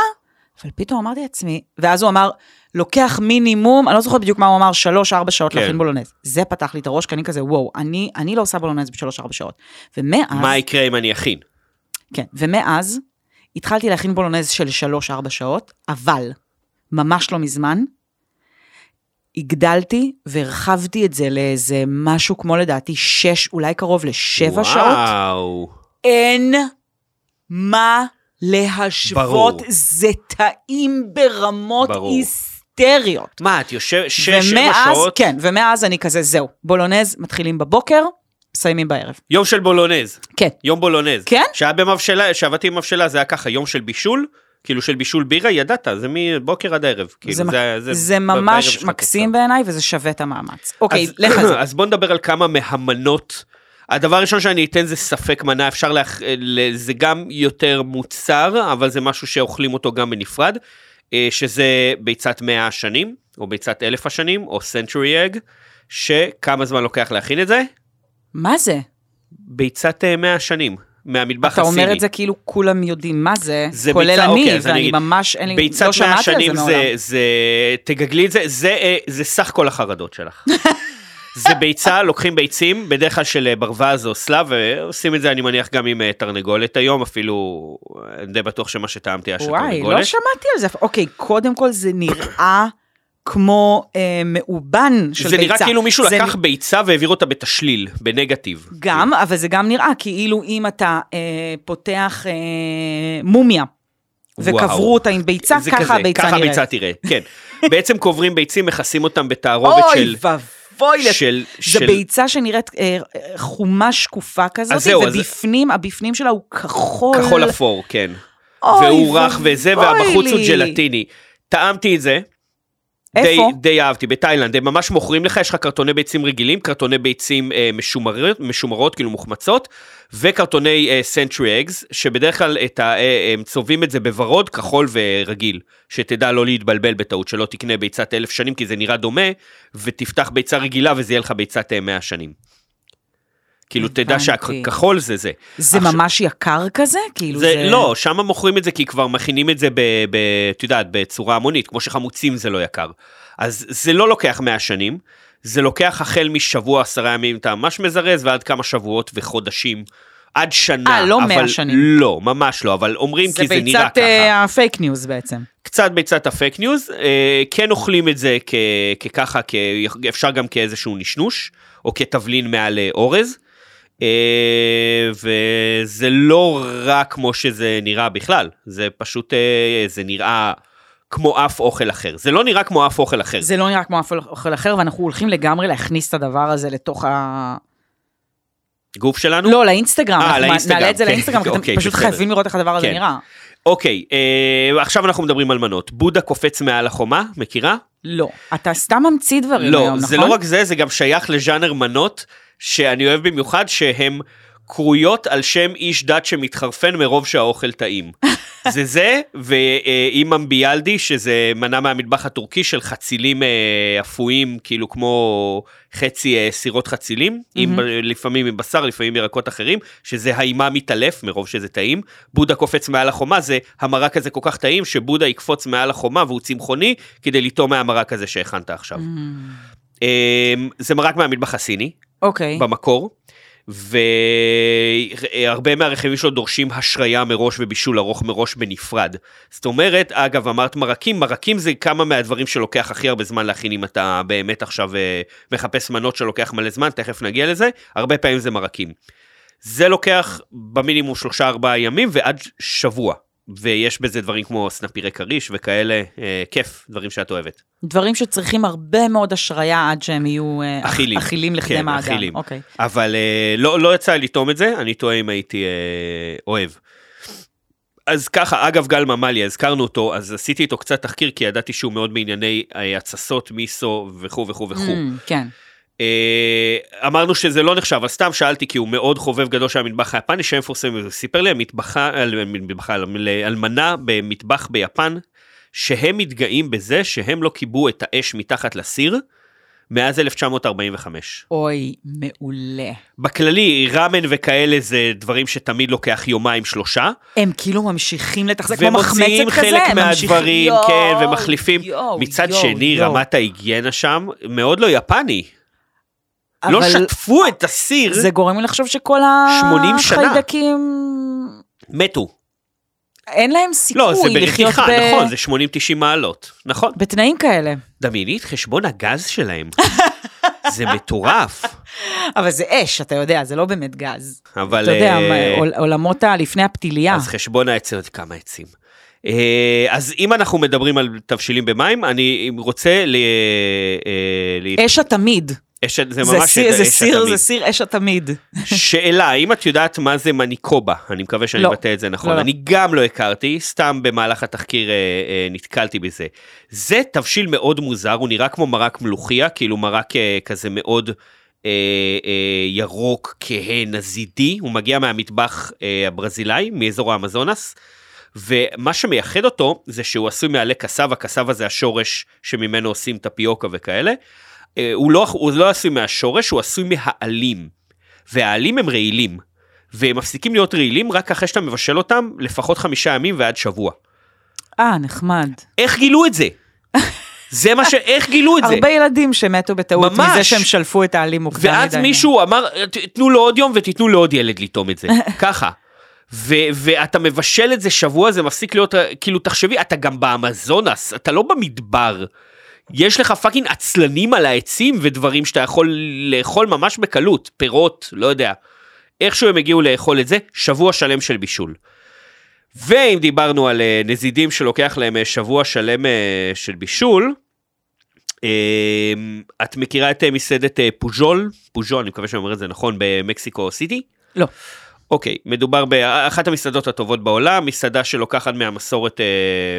Speaker 2: אבל פתאום אמרתי לעצמי, ואז הוא אמר, לוקח מינימום, אני לא זוכרת בדיוק מה הוא אמר, שלוש, ארבע שעות
Speaker 1: כן.
Speaker 2: להכין בולונז. זה פתח לי את הראש, כי אני כזה, וואו, אני, אני לא עושה בולונז בשלוש, ארבע שעות. ומאז...
Speaker 1: מה יקרה אם אני אכין?
Speaker 2: כן, ומאז התחלתי להכין בולונז של 3-4 שעות, אבל ממש לא מזמן הגדלתי והרחבתי את זה לאיזה משהו כמו לדעתי שש, אולי קרוב לשבע שעות.
Speaker 1: וואו.
Speaker 2: אין מה להשוות,
Speaker 1: ברור.
Speaker 2: זה טעים ברמות
Speaker 1: ברור.
Speaker 2: היסטריות.
Speaker 1: מה, את יושבת שש, שבע
Speaker 2: ומאז-
Speaker 1: שעות?
Speaker 2: כן, ומאז אני כזה, זהו, בולונז מתחילים בבוקר, מסיימים בערב.
Speaker 1: יום של בולונז.
Speaker 2: כן.
Speaker 1: יום בולונז.
Speaker 2: כן?
Speaker 1: שהיה במבשלה, שעבדתי עם מבשלה, זה היה ככה, יום של בישול, כאילו של בישול בירה, ידעת, זה מבוקר עד הערב. כאילו,
Speaker 2: זה,
Speaker 1: זה,
Speaker 2: זה, זה ממש מקסים בעיניי, וזה שווה את המאמץ. אוקיי,
Speaker 1: אז,
Speaker 2: לך על זה.
Speaker 1: אז בוא נדבר על כמה מהמנות. הדבר הראשון שאני אתן זה ספק מנה, אפשר להכ... ל- זה גם יותר מוצר, אבל זה משהו שאוכלים אותו גם בנפרד, אה, שזה ביצת 100 השנים, או ביצת 1,000 השנים, או סנטורי אג, שכמה זמן לוקח להכין את זה?
Speaker 2: מה זה?
Speaker 1: ביצת אה, 100 השנים, מהמטבח
Speaker 2: אתה
Speaker 1: הסיני.
Speaker 2: אומר את זה כאילו כולם יודעים מה זה,
Speaker 1: זה
Speaker 2: כולל
Speaker 1: ביצה-
Speaker 2: אני,
Speaker 1: אוקיי, אז אני
Speaker 2: ואני
Speaker 1: אגיד,
Speaker 2: ממש, אין לי,
Speaker 1: ביצת
Speaker 2: לא
Speaker 1: 100
Speaker 2: שמעתי על זה
Speaker 1: שנים
Speaker 2: מעולם.
Speaker 1: זה, זה, תגגלי את זה, זה, אה, זה סך כל החרדות שלך. זה ביצה, לוקחים ביצים, בדרך כלל של אה, ברווז או סלב, ועושים את זה אני מניח גם עם אה, תרנגולת היום, אפילו אה, אני די בטוח שמה שטעמתי היה של
Speaker 2: וואי, לא
Speaker 1: תרנגולת.
Speaker 2: שמעתי על זה. אוקיי, קודם כל זה נראה כמו אה, מאובן של
Speaker 1: זה
Speaker 2: ביצה.
Speaker 1: נראה כאילו מישהו
Speaker 2: זה
Speaker 1: לקח ביצה והעביר אותה בתשליל, בנגטיב.
Speaker 2: גם, אבל זה גם נראה כאילו אם אתה אה, פותח אה, מומיה,
Speaker 1: וואו.
Speaker 2: וקברו אותה עם ביצה,
Speaker 1: זה
Speaker 2: ככה
Speaker 1: כזה,
Speaker 2: הביצה
Speaker 1: ככה
Speaker 2: נראית.
Speaker 1: הביצה תראה, כן. בעצם קוברים ביצים, מכסים אותם בתערובת
Speaker 2: אוי
Speaker 1: של...
Speaker 2: ואבוי, לת-
Speaker 1: של,
Speaker 2: זה
Speaker 1: של-
Speaker 2: ביצה שנראית אה, אה, חומה שקופה כזאת,
Speaker 1: זהו, אז-
Speaker 2: ובפנים, הבפנים שלה הוא כחול.
Speaker 1: כחול אפור, כן.
Speaker 2: אוי
Speaker 1: והוא רך וזה,
Speaker 2: ואבוי
Speaker 1: והבחוץ הוא
Speaker 2: לי.
Speaker 1: ג'לטיני. טעמתי את זה. די,
Speaker 2: איפה?
Speaker 1: די אהבתי, בתאילנד, הם ממש מוכרים לך, יש לך קרטוני ביצים רגילים, קרטוני ביצים אה, משומרות, משומרות, כאילו מוחמצות, וקרטוני אה, סנטרי אגס, שבדרך כלל את ה, אה, הם צובעים את זה בוורוד, כחול ורגיל, שתדע לא להתבלבל בטעות, שלא תקנה ביצת אלף שנים, כי זה נראה דומה, ותפתח ביצה רגילה וזה יהיה לך ביצת אה, מאה שנים. כאילו, תדע
Speaker 2: הבנתי.
Speaker 1: שהכחול זה זה.
Speaker 2: זה
Speaker 1: עכשיו-
Speaker 2: ממש יקר כזה? כאילו
Speaker 1: זה,
Speaker 2: זה...
Speaker 1: לא, שם מוכרים את זה כי כבר מכינים את זה, ב, ב, את יודעת, בצורה המונית, כמו שחמוצים זה לא יקר. אז זה לא לוקח 100 שנים, זה לוקח החל משבוע, עשרה ימים, אתה ממש מזרז, ועד כמה שבועות וחודשים, עד שנה.
Speaker 2: אה, לא 100
Speaker 1: אבל-
Speaker 2: שנים.
Speaker 1: לא, ממש לא, אבל אומרים כי זה נראה
Speaker 2: ביצת
Speaker 1: ככה.
Speaker 2: אה, הפייק ניוז בעצם.
Speaker 1: קצת ביצת הפייק ניוז, אה, כן אוכלים את זה כ- כככה, כ- אפשר גם כאיזשהו נשנוש, או כתבלין מעל אה, אורז, אה, וזה לא רע כמו שזה נראה בכלל, זה פשוט, אה, זה נראה כמו אף אוכל אחר, זה לא נראה כמו אף אוכל אחר.
Speaker 2: זה לא נראה כמו אף אוכל אחר, ואנחנו הולכים לגמרי להכניס את הדבר הזה לתוך ה...
Speaker 1: גוף שלנו?
Speaker 2: לא, לאינסטגרם.
Speaker 1: אה,
Speaker 2: אנחנו
Speaker 1: לאינסטגרם,
Speaker 2: נעלה את זה
Speaker 1: כן.
Speaker 2: לאינסטגרם, כי אתם
Speaker 1: אוקיי,
Speaker 2: פשוט
Speaker 1: בסדר.
Speaker 2: חייבים לראות איך הדבר הזה
Speaker 1: כן.
Speaker 2: נראה.
Speaker 1: אוקיי, אה, עכשיו אנחנו מדברים על מנות. בודה קופץ מעל החומה, מכירה?
Speaker 2: לא. אתה סתם ממציא דברים
Speaker 1: לא,
Speaker 2: היום, נכון?
Speaker 1: זה לא רק זה, זה גם שייך לז'אנר מנות שאני אוהב במיוחד, שהן קרויות על שם איש דת שמתחרפן מרוב שהאוכל טעים. זה זה, ועם אמביאלדי, שזה מנה מהמטבח הטורקי של חצילים אה, אפויים, כאילו כמו חצי אה, סירות חצילים, עם, ב- לפעמים עם בשר, לפעמים ירקות אחרים, שזה האימה מתעלף מרוב שזה טעים. בודה קופץ מעל החומה, זה המרק הזה כל כך טעים, שבודה יקפוץ מעל החומה והוא צמחוני, כדי לטעום מהמרק הזה שהכנת עכשיו. אמ, זה מרק מהמטבח הסיני
Speaker 2: Mm. אוקיי.
Speaker 1: במקור, והרבה מהרכיבים שלו דורשים השריה מראש ובישול ארוך מראש בנפרד. זאת אומרת, אגב, אמרת מרקים, מרקים זה כמה מהדברים שלוקח הכי הרבה זמן להכין אם אתה באמת עכשיו אה, מחפש מנות שלוקח מלא זמן, תכף נגיע לזה, הרבה פעמים זה מרקים. זה לוקח במינימום שלושה ארבעה ימים ועד שבוע, ויש בזה דברים כמו סנפירי כריש וכאלה, אה, כיף, דברים שאת אוהבת.
Speaker 2: דברים שצריכים הרבה מאוד השריה עד שהם יהיו אה,
Speaker 1: אכילים.
Speaker 2: אכילים לכדי
Speaker 1: כן,
Speaker 2: מאגר.
Speaker 1: אכילים.
Speaker 2: אוקיי.
Speaker 1: אבל אה, לא, לא יצא לי לטעום את זה, אני טועה אם הייתי אה, אוהב. אז ככה, אגב, גל ממליה, הזכרנו אותו, אז עשיתי איתו קצת תחקיר, כי ידעתי שהוא מאוד בענייני אה, התססות, מיסו וכו' וכו' וכו'.
Speaker 2: אמ, כן.
Speaker 1: אה, אמרנו שזה לא נחשב, אבל סתם שאלתי, כי הוא מאוד חובב גדול של המטבח היפני, שהם מפורסמים, הוא סיפר לי על מטבחה, על מטבחה, על על מנה במטבח ביפן, שהם מתגאים בזה שהם לא כיבו את האש מתחת לסיר מאז 1945.
Speaker 2: אוי, מעולה.
Speaker 1: בכללי, ראמן וכאלה זה דברים שתמיד לוקח יומיים שלושה,
Speaker 2: הם כאילו ממשיכים לתחזק, כמו מחמצת כזה,
Speaker 1: ומוציאים חלק
Speaker 2: הם ממשיכים-
Speaker 1: מהדברים,
Speaker 2: יואו,
Speaker 1: כן, ומחליפים.
Speaker 2: יואו,
Speaker 1: מצד
Speaker 2: יואו,
Speaker 1: שני,
Speaker 2: יואו.
Speaker 1: רמת ההיגיינה שם מאוד לא יפני. לא
Speaker 2: אבל
Speaker 1: שטפו את הסיר,
Speaker 2: זה גורם לי לחשוב שכל
Speaker 1: 80 שנה.
Speaker 2: החיידקים...
Speaker 1: מתו.
Speaker 2: אין להם סיכוי
Speaker 1: לא,
Speaker 2: לחיות
Speaker 1: זה ברכיחה,
Speaker 2: ב-
Speaker 1: נכון, זה 80-90 מעלות, נכון.
Speaker 2: בתנאים כאלה.
Speaker 1: דמייני את חשבון הגז שלהם. זה מטורף,
Speaker 2: אבל זה אש, אתה יודע, זה לא באמת גז.
Speaker 1: אבל...
Speaker 2: אתה יודע,
Speaker 1: אה,
Speaker 2: עול- עולמות ה- לפני הפתיליה.
Speaker 1: אז חשבון העצים, עוד כמה עצים. אה, אז אם אנחנו מדברים על תבשילים במים, אני רוצה ל... אה, ל-
Speaker 2: אש התמיד.
Speaker 1: אש, זה ממש
Speaker 2: סיר-
Speaker 1: את
Speaker 2: זה
Speaker 1: האש
Speaker 2: סיר,
Speaker 1: התמיד.
Speaker 2: זה סיר אש התמיד.
Speaker 1: שאלה, האם את יודעת מה זה מניקובה? אני מקווה שאני
Speaker 2: לא.
Speaker 1: מבטא את זה נכון.
Speaker 2: לא, לא.
Speaker 1: אני גם לא הכרתי, סתם במהלך התחקיר אה, אה, נתקלתי בזה. זה תבשיל מאוד מוזר, הוא נראה כמו מרק מלוכיה, כאילו מרק אה, כזה מאוד אה, אה, ירוק, כהה, נזידי. הוא מגיע מהמטבח אה, הברזילאי, מאזור האמזונס. ומה שמייחד אותו זה שהוא עשוי מעלה קסבה, קסבה זה השורש שממנו עושים טפיוקה וכאלה. אה, הוא לא, הוא לא עשוי מהשורש, הוא עשוי מהעלים. והעלים הם רעילים. והם מפסיקים להיות רעילים רק אחרי שאתה מבשל אותם לפחות חמישה ימים ועד שבוע.
Speaker 2: אה, נחמד.
Speaker 1: איך גילו את זה? זה מה ש... איך גילו את זה?
Speaker 2: הרבה ילדים שמתו בטעות
Speaker 1: ממש.
Speaker 2: מזה שהם שלפו את העלים מוקדם מדי.
Speaker 1: ואז מישהו אמר, "ת- תנו לו עוד יום ותיתנו לעוד ילד לטעום את זה, ככה. ו- ואתה מבשל את זה שבוע, זה מפסיק להיות, אה, כאילו, תחשבי, אתה גם באמזונס, אתה לא במדבר. יש לך פאקינג עצלנים על העצים ודברים שאתה יכול לאכול ממש בקלות, פירות, לא יודע. איכשהו הם הגיעו לאכול את זה, שבוע שלם של בישול. ואם דיברנו על אה, נזידים שלוקח להם אה, שבוע שלם אה, של בישול, אמ, את מכירה את אה, מסעדת אה, פוז'ול, פוז'ול, אני מקווה שאני אומר את זה נכון, במקסיקו סיטי?
Speaker 2: לא.
Speaker 1: אוקיי, מדובר באחת המסעדות הטובות בעולם, מסעדה שלוקחת מהמסורת, אה,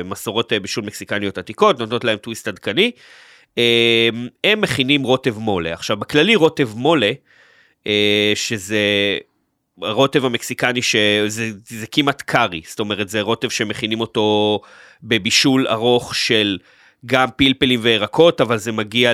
Speaker 1: מסורות אה, בישול מקסיקניות עתיקות, נותנות להם טוויסט עדכני. אמ, הם מכינים רוטב מולה. עכשיו, בכללי רוטב מולה, אה, שזה הרוטב המקסיקני שזה זה כמעט קארי, זאת אומרת זה רוטב שמכינים אותו בבישול ארוך של גם פלפלים וירקות, אבל זה מגיע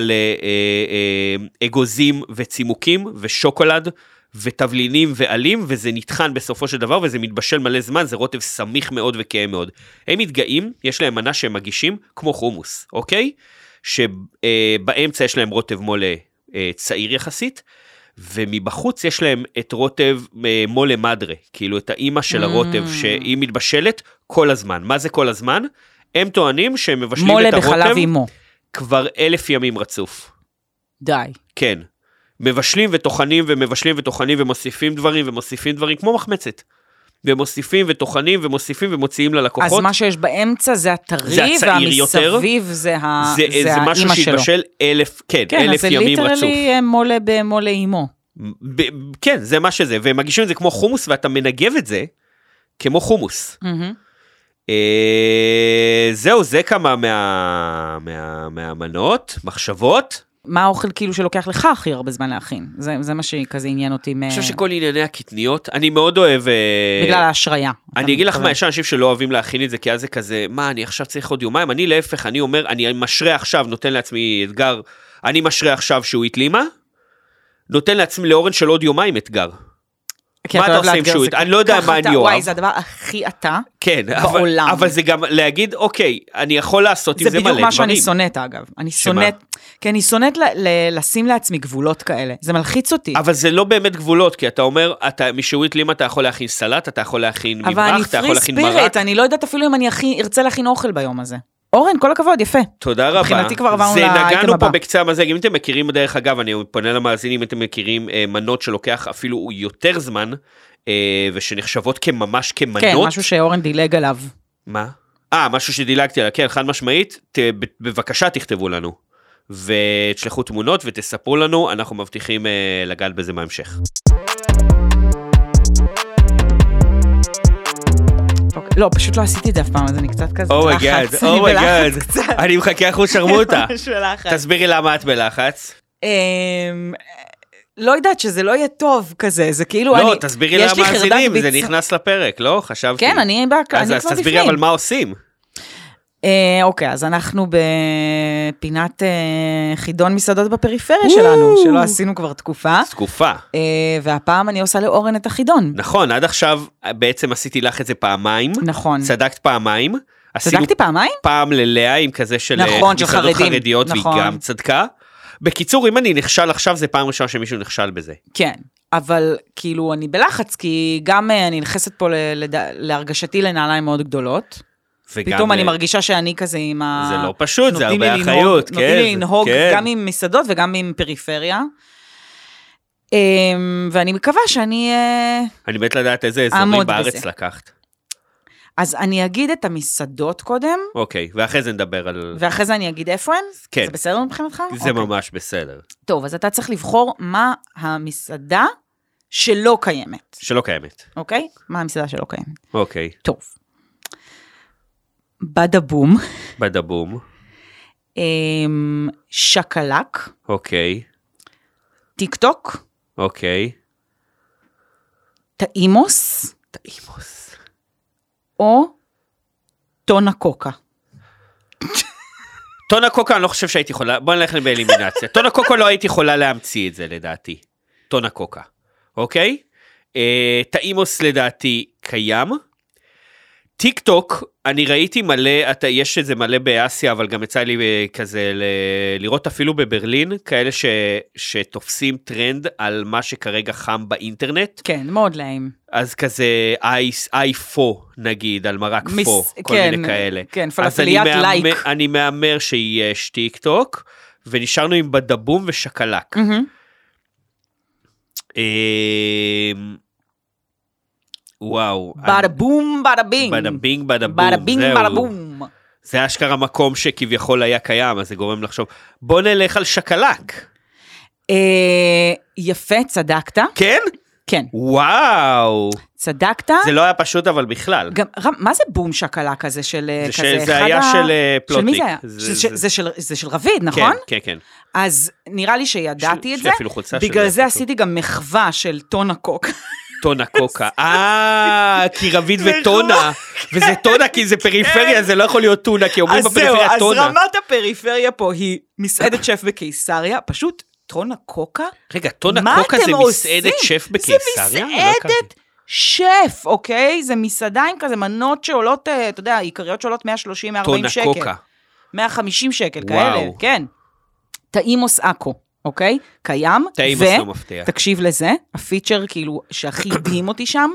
Speaker 1: לאגוזים וצימוקים ושוקולד ותבלינים ועלים, וזה נטחן בסופו של דבר וזה מתבשל מלא זמן, זה רוטב סמיך מאוד וכהה מאוד. הם מתגאים, יש להם מנה שהם מגישים כמו חומוס, אוקיי? שבאמצע יש להם רוטב מולה אה, צעיר יחסית. ומבחוץ יש להם את רוטב אה, מולה מדרה, כאילו את האימא של הרוטב
Speaker 2: Mm.
Speaker 1: שהיא מתבשלת כל הזמן. מה זה כל הזמן? הם טוענים שהם מבשלים
Speaker 2: מולה
Speaker 1: את הרוטב
Speaker 2: בחלב אימו.
Speaker 1: כבר אלף ימים רצוף.
Speaker 2: די.
Speaker 1: כן. מבשלים וטוחנים ומבשלים וטוחנים ומוסיפים דברים ומוסיפים דברים כמו מחמצת. ומוסיפים וטוחנים ומוסיפים ומוציאים
Speaker 2: אז
Speaker 1: ללקוחות.
Speaker 2: מה שיש באמצע זה
Speaker 1: זה
Speaker 2: הטרי,
Speaker 1: הצעיר יותר.
Speaker 2: והמסביב זה ה-
Speaker 1: זה, זה,
Speaker 2: זה
Speaker 1: זה משהו
Speaker 2: האימא שלו.
Speaker 1: שהתבשל אלף, כן,
Speaker 2: כן, אז
Speaker 1: אלף
Speaker 2: זה
Speaker 1: ימים רצוף.
Speaker 2: ליטרלי אה, מולה במולה אימו.
Speaker 1: ב- ב- כן, זה מה שזה, והם מגישים את זה כמו חומוס ואתה מנגב את זה כמו חומוס.
Speaker 2: מהמם.
Speaker 1: אה, זהו, זה כמה מה, מה, מהמנות, מחשבות.
Speaker 2: מה האוכל כאילו שלוקח לך הכי הרבה זמן להכין? זה זה מה שכזה עניין אותי מ-
Speaker 1: אני חושב שכל ענייני הקטניות, אני מאוד אוהב... אה,
Speaker 2: כן. בגלל ההשריה. אתה
Speaker 1: אני אגיד לך
Speaker 2: מתכוון.
Speaker 1: מה, יש אנשים שלא אוהבים להכין את זה, כי אז זה כזה, מה, אני עכשיו צריך עוד יומיים? אני להפך, אני אומר, אני משרה עכשיו, נותן לעצמי אתגר, אני משרה עכשיו שהוא התלימה, נותן לעצמי לאורן של עוד יומיים אתגר.
Speaker 2: כי
Speaker 1: מה אתה
Speaker 2: אוהב
Speaker 1: עושה עם
Speaker 2: לאתגר
Speaker 1: שהוא-
Speaker 2: זה-
Speaker 1: אני לא יודע
Speaker 2: ככה
Speaker 1: מה
Speaker 2: אתה-
Speaker 1: אני
Speaker 2: וואי,
Speaker 1: אוהב.
Speaker 2: זה הדבר הכי אתה.
Speaker 1: כן, אבל,
Speaker 2: בעולם.
Speaker 1: אבל זה גם להגיד, אוקיי, אני יכול לעשות עם
Speaker 2: זה
Speaker 1: זה מלא
Speaker 2: בדיוק
Speaker 1: דברים.
Speaker 2: מה שאני שונאת אגב. אני
Speaker 1: שמה?
Speaker 2: שונאת, כי אני שונאת ל- ל- לשים לעצמי גבולות כאלה. זה מלחיץ אותי.
Speaker 1: אבל זה לא באמת גבולות, כי אתה אומר, אתה, משהוא התלים אתה יכול להכין סלט, אתה יכול להכין
Speaker 2: אבל אני
Speaker 1: מברח, אתה יכול
Speaker 2: פרי
Speaker 1: להכין מרק.
Speaker 2: ספיריט, אני לא יודעת אפילו אם אני הכי- ארצה להכין אוכל ביום הזה. אורן, כל הכבוד, יפה.
Speaker 1: תודה רבה.
Speaker 2: מבחינתי כבר עברנו
Speaker 1: זה
Speaker 2: לאייטם
Speaker 1: נגענו פה
Speaker 2: הבא.
Speaker 1: בקצה המזלג, אם אתם מכירים, דרך אגב, אני פונה למאזינים, אם אתם מכירים אה, מנות שלוקח אפילו יותר זמן, אה, ושנחשבות כממש כמנות.
Speaker 2: כן, משהו שאורן דילג עליו.
Speaker 1: מה? אה, משהו שדילגתי עליו, כן, חד משמעית, ת, ב- בבקשה תכתבו לנו. ותשלחו תמונות ותספרו לנו, אנחנו מבטיחים אה, לגעת בזה בהמשך.
Speaker 2: אוקיי. לא, פשוט לא עשיתי את זה אף פעם, אז אני קצת
Speaker 1: Oh
Speaker 2: כזה
Speaker 1: אומייגאד,
Speaker 2: בלחץ. אני
Speaker 1: אומייגאד,
Speaker 2: בלחץ קצת.
Speaker 1: אני מחכה אחוז שרמוטה.
Speaker 2: ממש בלחץ.
Speaker 1: תסבירי למה את בלחץ.
Speaker 2: אמ, לא יודעת שזה לא יהיה טוב כזה, זה כאילו אני...
Speaker 1: לא, תסבירי
Speaker 2: יש לי חרדת
Speaker 1: למאזינים, זה
Speaker 2: ביצ-
Speaker 1: נכנס לפרק, לא? חשבתי.
Speaker 2: כן, אני בא- אני כבר
Speaker 1: אז
Speaker 2: בפנים.
Speaker 1: אז תסבירי אבל מה עושים.
Speaker 2: אה, אוקיי, אז אנחנו בפינת אה, חידון מסעדות בפריפריה שלנו, שלא עשינו כבר תקופה,
Speaker 1: תקופה.
Speaker 2: אה, והפעם אני עושה לאורן את החידון.
Speaker 1: נכון, עד עכשיו בעצם עשיתי לך את זה פעמיים.
Speaker 2: נכון.
Speaker 1: צדקת פעמיים. עשינו
Speaker 2: צדקתי פעמיים?
Speaker 1: פעם ללאה עם כזה של אה,
Speaker 2: נכון, של
Speaker 1: מסעדות
Speaker 2: חרדים.
Speaker 1: חרדיות, והיא
Speaker 2: נכון.
Speaker 1: גם צדקה. בקיצור, אם אני נכשל עכשיו, זה פעם ראשונה שמישהו נכשל בזה.
Speaker 2: כן. אבל כאילו, אני בלחץ, כי גם אה, אני נכנסת פה ל- לד- להרגשתי לנעליים מאוד גדולות.
Speaker 1: וגם,
Speaker 2: פתאום אני
Speaker 1: אה,
Speaker 2: מרגישה שאני כזה עם ה...
Speaker 1: זה לא פשוט, זה
Speaker 2: נותנים לי
Speaker 1: הרבה
Speaker 2: לנהוג-
Speaker 1: אחריות, כן.
Speaker 2: נותנים לי
Speaker 1: זה-
Speaker 2: לנהוג
Speaker 1: כן.
Speaker 2: גם עם מסעדות וגם עם פריפריה. אמ, ואני מקווה שאני... אה,
Speaker 1: אני מת לדעת איזה
Speaker 2: אעמוד
Speaker 1: אזורים
Speaker 2: בזה.
Speaker 1: בארץ לקחת.
Speaker 2: אז אני אגיד את המסעדות קודם,
Speaker 1: אוקיי, ואחרי זה נדבר על...
Speaker 2: ואחרי זה אני אגיד איפה הן?
Speaker 1: כן.
Speaker 2: זה בסדר מבחינתך?
Speaker 1: זה
Speaker 2: אוקיי.
Speaker 1: ממש בסדר.
Speaker 2: טוב, אז אתה צריך לבחור מה המסעדה שלא קיימת,
Speaker 1: שלא קיימת.
Speaker 2: אוקיי? מה המסעדה שלא קיימת.
Speaker 1: אוקיי,
Speaker 2: טוב. בדה בום,
Speaker 1: בדבום.
Speaker 2: אמ, שקלק,
Speaker 1: אוקיי,
Speaker 2: טיק טוק,
Speaker 1: אוקיי.
Speaker 2: טעימוס,
Speaker 1: טעימוס.
Speaker 2: או טונה קוקה.
Speaker 1: טונה קוקו אני לא חושב שהייתי יכולה, בוא נלך באלימינציה. טונה קוקו לא הייתי יכולה להמציא את זה לדעתי. טונה קוקה, אוקיי? אה, טעימוס לדעתי קיים. טיק טוק, אני ראיתי מלא, אתה, יש את זה מלא באסיה, אבל גם יצא לי אה, כזה ל, לראות אפילו בברלין, כאלה ש, שתופסים טרנד על מה שכרגע חם באינטרנט.
Speaker 2: כן, מאוד להם.
Speaker 1: אז כזה אייס, איי פו נגיד, על מרק
Speaker 2: מיס-
Speaker 1: פו, כל
Speaker 2: כן,
Speaker 1: מיני כאלה.
Speaker 2: כן,
Speaker 1: אז אני
Speaker 2: פלאפליית
Speaker 1: מהמר-
Speaker 2: לייק.
Speaker 1: אני מהמר שיש טיק טוק, ונשארנו עם בדבום ושקלק.
Speaker 2: מהמם.
Speaker 1: אמ, וואו.
Speaker 2: בדה בום, בדה בינג.
Speaker 1: בדה בינג, בדה בום.
Speaker 2: בדה בינג,
Speaker 1: זהו.
Speaker 2: בדה בום.
Speaker 1: זה אשכרה מקום שכביכול היה קיים, אז זה גורם לחשוב. בוא נלך על שקלק.
Speaker 2: אה, יפה, צדקת.
Speaker 1: כן?
Speaker 2: כן,
Speaker 1: וואו.
Speaker 2: צדקת.
Speaker 1: זה לא היה פשוט אבל בכלל.
Speaker 2: גם, רם, מה זה בום שקלה כזה של אה,
Speaker 1: זה
Speaker 2: כזה
Speaker 1: של- זה
Speaker 2: אחד
Speaker 1: היה
Speaker 2: ה-
Speaker 1: של, אה,
Speaker 2: של מי
Speaker 1: פלוטניק.
Speaker 2: זה היה?
Speaker 1: זה-
Speaker 2: זה,
Speaker 1: זה-
Speaker 2: זה, זה, של, זה של רביד, נכון?
Speaker 1: כן, כן, כן.
Speaker 2: אז נראה לי שידעתי
Speaker 1: יש
Speaker 2: את
Speaker 1: לי
Speaker 2: זה.
Speaker 1: אפילו חולצה של
Speaker 2: בגלל
Speaker 1: זה
Speaker 2: זה
Speaker 1: אפילו.
Speaker 2: עשיתי גם מחווה של טונה קוק.
Speaker 1: טונה קוקה. אה, כי רביד וטונה. וזה טונה כי זה פריפריה, זה לא יכול להיות טונה, כי אומרים
Speaker 2: לא- כן. אז זהו,
Speaker 1: בפריפריה
Speaker 2: אז
Speaker 1: טונה.
Speaker 2: רמת הפריפריה פה היא מסעדת שף בקיסריה, פשוט טונה קוקה?
Speaker 1: רגע, טונה
Speaker 2: מה
Speaker 1: קוקה
Speaker 2: אתם
Speaker 1: זה
Speaker 2: עושים?
Speaker 1: מסעדת שף
Speaker 2: זה
Speaker 1: בקיסריה? לא הכרתי.
Speaker 2: מסעדת שף, אוקיי? זה מסעדה עם כזה מנות שעולות, אה, אתה יודע, עיקריות שעולות 130, 140
Speaker 1: טונה
Speaker 2: שקל.
Speaker 1: קוקה.
Speaker 2: 150 שקל
Speaker 1: וואו.
Speaker 2: כאלה, כן. טעימוס עכו, אוקיי? קיים.
Speaker 1: טעים
Speaker 2: ו-
Speaker 1: עושה מפתיע.
Speaker 2: תקשיב לזה, הפיצ'ר כאילו שהכי הדהים אותי שם,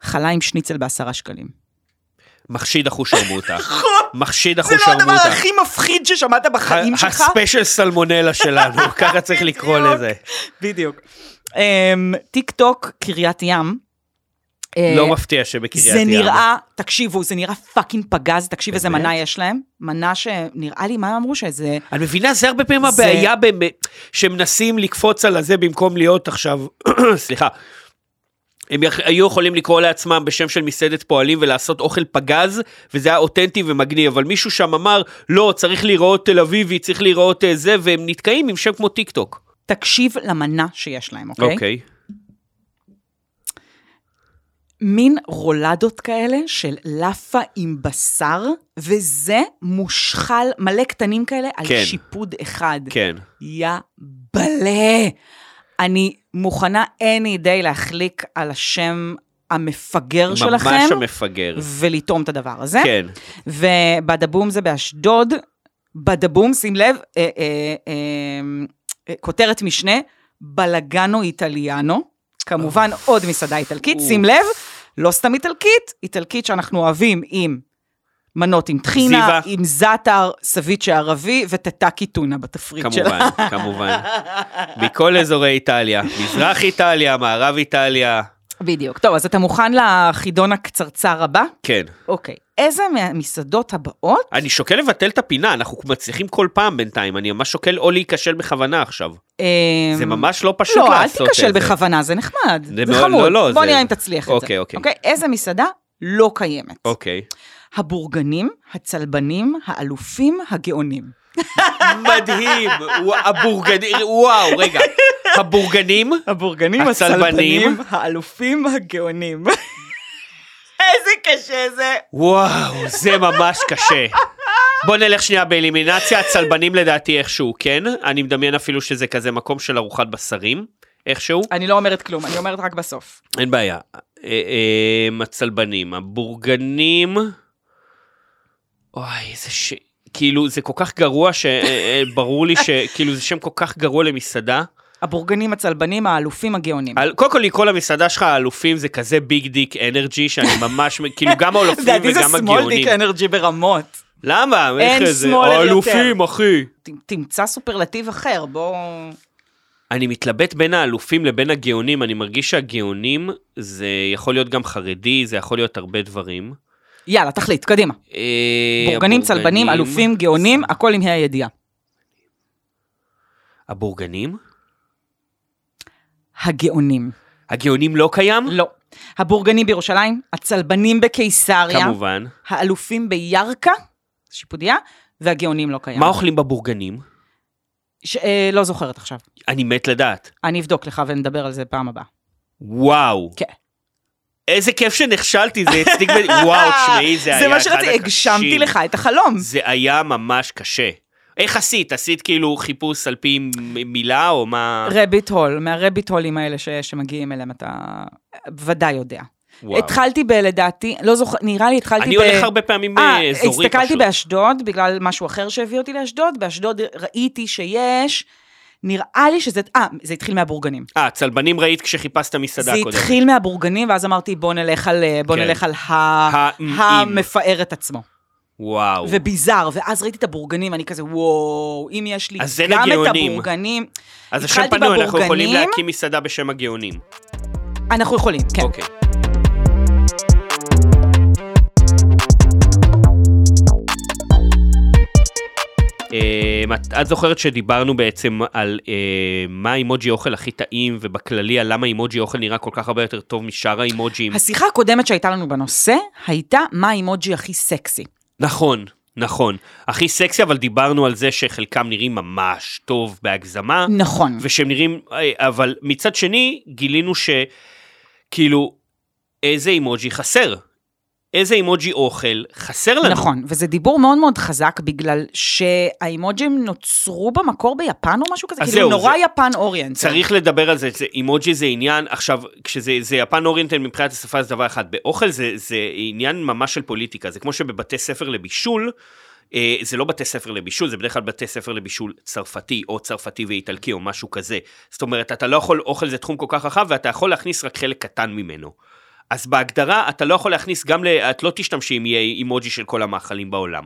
Speaker 2: חלה עם שניצל בעשרה שקלים.
Speaker 1: מחשיד אחושרמוטה. מחשיד
Speaker 2: נכון. זה לא הדבר
Speaker 1: אחושרמוטה.
Speaker 2: הכי מפחיד ששמעת בחיים שלך.
Speaker 1: הספיישל סלמונלה שלנו, ככה צריך לקרוא
Speaker 2: בדיוק.
Speaker 1: לזה.
Speaker 2: בדיוק. אמ, טיק טוק, קריית ים.
Speaker 1: לא
Speaker 2: אה,
Speaker 1: מפתיע שבקריית ים.
Speaker 2: זה נראה, תקשיבו, זה נראה פאקינג פגז, תקשיב איזה
Speaker 1: באמת?
Speaker 2: מנה יש להם. מנה שנראה לי, מה הם אמרו שזה...
Speaker 1: אני מבינה, זה הרבה פעמים
Speaker 2: זה-
Speaker 1: הבעיה באמת, שמנסים לקפוץ על הזה במקום להיות עכשיו, סליחה. הם יכ- היו יכולים לקרוא לעצמם בשם של מסעדת פועלים ולעשות אוכל פגז, וזה היה אותנטי ומגניב, אבל מישהו שם אמר, לא, צריך להיראות תל אביבי, צריך להיראות אה, זה, והם נתקעים עם שם כמו טיק טוק.
Speaker 2: תקשיב למנה שיש להם, אוקיי?
Speaker 1: אוקיי.
Speaker 2: מין רולדות כאלה של לאפה עם בשר, וזה מושחל מלא קטנים כאלה על
Speaker 1: כן.
Speaker 2: שיפוד אחד.
Speaker 1: כן.
Speaker 2: יא בלה. אני מוכנה any day להחליק על השם המפגר שלכם,
Speaker 1: ממש המפגר.
Speaker 2: ולטעום את הדבר הזה.
Speaker 1: כן.
Speaker 2: ובדבום זה באשדוד. בדבום, שים לב, אה, אה, אה, אה, כותרת משנה, בלגנו איטליאנו. כמובן, עוד מסעדה איטלקית. שים לב, לא סתם איטלקית, איטלקית שאנחנו אוהבים עם מנות עם טחינה,
Speaker 1: זיווה.
Speaker 2: עם זאטר, סביצ'ה ערבי וטטקי טונה בתפריט שלה.
Speaker 1: כמובן, כמובן. מכל אזורי איטליה. מזרח איטליה, מערב איטליה.
Speaker 2: בדיוק. טוב, אז אתה מוכן לחידון הקצרצר הבא?
Speaker 1: כן.
Speaker 2: אוקיי. איזה מהמסעדות הבאות?
Speaker 1: אני שוקל לבטל את הפינה, אנחנו מצליחים כל פעם בינתיים, אני ממש שוקל או להיכשל בכוונה עכשיו.
Speaker 2: אמ,
Speaker 1: זה ממש לא פשוט
Speaker 2: לא, אל
Speaker 1: לעשות את זה.
Speaker 2: תיכשל בכוונה, זה נחמד.
Speaker 1: זה
Speaker 2: זה,
Speaker 1: מאוד-
Speaker 2: חמוד.
Speaker 1: לא, לא,
Speaker 2: בוא
Speaker 1: זה-
Speaker 2: נראה אם תצליח את
Speaker 1: אוקיי,
Speaker 2: זה.
Speaker 1: אוקיי.
Speaker 2: איזה מסעדה לא קיימת.
Speaker 1: אוקיי.
Speaker 2: הבורגנים, הצלבנים, האלופים, הגאונים.
Speaker 1: מדהים, וואו, הבורגנים, וואו, רגע. הבורגנים,
Speaker 2: הבורגנים,
Speaker 1: הצלבנים,
Speaker 2: האלופים, הגאונים. איזה קשה זה.
Speaker 1: וואו, זה ממש קשה. בוא נלך שנייה באלימינציה, הצלבנים לדעתי איכשהו כן, אני מדמיין אפילו שזה כזה מקום של ארוחת בשרים, איכשהו.
Speaker 2: אני לא אומרת כלום, אני אומרת רק בסוף.
Speaker 1: אין בעיה. אה, אה, הצלבנים, הבורגנים... אוי, איזה ש... כאילו, זה כל כך גרוע ש... אה, אה, ברור לי ש... כאילו, זה שם כל כך גרוע למסעדה.
Speaker 2: הבורגנים, הצלבנים, האלופים, הגאונים.
Speaker 1: על- קודם כל לקרוא למסעדה שלך האלופים זה כזה ביג דיק אנרג'י שאני ממש, כאילו גם האלופים
Speaker 2: לדעתי זה
Speaker 1: וגם הגאונים.
Speaker 2: שמאלניק אנרג'י ברמות.
Speaker 1: למה?
Speaker 2: אין
Speaker 1: איך זה?
Speaker 2: שמאל יותר.
Speaker 1: האלופים אחי.
Speaker 2: ת- תמצא סופרלטיב אחר, בוא...
Speaker 1: אני מתלבט בין האלופים לבין הגאונים, אני מרגיש שהגאונים זה יכול להיות גם חרדי, זה יכול להיות הרבה דברים.
Speaker 2: יאללה, תחליט, קדימה.
Speaker 1: אה,
Speaker 2: בורגנים,
Speaker 1: הבורגנים-
Speaker 2: צלבנים, אלופים, גאונים, הכל עם ה' הידיעה.
Speaker 1: הבורגנים?
Speaker 2: הגאונים.
Speaker 1: הגאונים לא קיים?
Speaker 2: לא. הבורגנים בירושלים, הצלבנים בקיסריה,
Speaker 1: כמובן.
Speaker 2: האלופים בירכא, שיפודיה, והגאונים לא קיים.
Speaker 1: מה אוכלים בבורגנים?
Speaker 2: ש... אה, לא זוכרת עכשיו.
Speaker 1: אני מת לדעת.
Speaker 2: אני אבדוק לך ונדבר על זה פעם הבאה.
Speaker 1: וואו.
Speaker 2: כן.
Speaker 1: איזה כיף שנכשלתי, זה הצדיק... ב- וואו, תשמעי, זה היה
Speaker 2: זה
Speaker 1: אחד
Speaker 2: מה שרציתי,
Speaker 1: הקשים.
Speaker 2: הגשמתי לך את החלום.
Speaker 1: זה היה ממש קשה. איך עשית? עשית כאילו חיפוש על פי מ- מילה או מה?
Speaker 2: רביט הול, מהרביט הולים האלה ש... שמגיעים אליהם, אתה ודאי יודע.
Speaker 1: וואו.
Speaker 2: התחלתי ב... לדעתי, לא זוכר, נראה לי התחלתי ב...
Speaker 1: אני הולך הרבה פעמים
Speaker 2: אה,
Speaker 1: באזורי
Speaker 2: הסתכלתי
Speaker 1: פשוט.
Speaker 2: באשדוד, בגלל משהו אחר שהביא אותי לאשדוד, באשדוד ראיתי שיש, נראה לי שזה, אה, זה התחיל מהבורגנים.
Speaker 1: אה, צלבנים ראית כשחיפשת
Speaker 2: זה
Speaker 1: מסעדה קודם.
Speaker 2: התחיל מהבורגנים, ואז אמרתי, בוא נלך על, אה, בוא
Speaker 1: כן.
Speaker 2: נלך על ה...
Speaker 1: האם.
Speaker 2: המפאר את עצמו.
Speaker 1: וואו.
Speaker 2: וביזאר, ואז ראיתי את הבורגנים, אני כזה, וואו, אם יש לי
Speaker 1: אז זה
Speaker 2: גם את
Speaker 1: לגאונים.
Speaker 2: הבורגנים,
Speaker 1: אז השם
Speaker 2: התחלתי
Speaker 1: פנוי, אנחנו יכולים
Speaker 2: בבורגנים.
Speaker 1: להקים מסעדה בשם הגאונים.
Speaker 2: אנחנו יכולים, כן.
Speaker 1: אוקיי. אמ, את- את זוכרת שדיברנו בעצם על אה, מה אימוג'י אוכל הכי טעים, ובכללי על למה אימוג'י אוכל נראה כל כך הרבה יותר טוב משאר האימוג'ים.
Speaker 2: השיחה הקודמת שהייתה לנו בנושא, הייתה מה האימוג'י הכי סקסי.
Speaker 1: נכון, נכון. הכי סקסי, אבל דיברנו על זה שחלקם נראים ממש טוב בהגזמה.
Speaker 2: נכון.
Speaker 1: ושהם נראים, אה, אבל מצד שני, גילינו שכאילו, איזה אימוג'י חסר. איזה אימוג'י אוכל חסר לנו.
Speaker 2: נכון, וזה דיבור מאוד מאוד חזק, בגלל שהאימוג'ים נוצרו במקור ביפן או משהו כזה,
Speaker 1: אז
Speaker 2: כאילו
Speaker 1: זהו,
Speaker 2: נורא
Speaker 1: זה-
Speaker 2: יפן אוריינט.
Speaker 1: צריך לדבר על זה, זה אימוג'י זה עניין, עכשיו, כשזה זה יפן אוריינטל מבחינת השפה זה דבר אחד, באוכל זה, זה עניין ממש של פוליטיקה, זה כמו שבבתי ספר לבישול, אה, זה לא בתי ספר לבישול, זה בדרך כלל בתי ספר לבישול צרפתי, או צרפתי ואיטלקי, או משהו כזה. זאת אומרת, אתה לא יכול, אוכל זה תחום כל כך רחב, ואתה יכול להכניס רק חלק קטן ממנו. אז בהגדרה, אתה לא יכול להכניס גם, ל... את לא תשתמשי אם יהיה אימוג'י של כל המאכלים בעולם.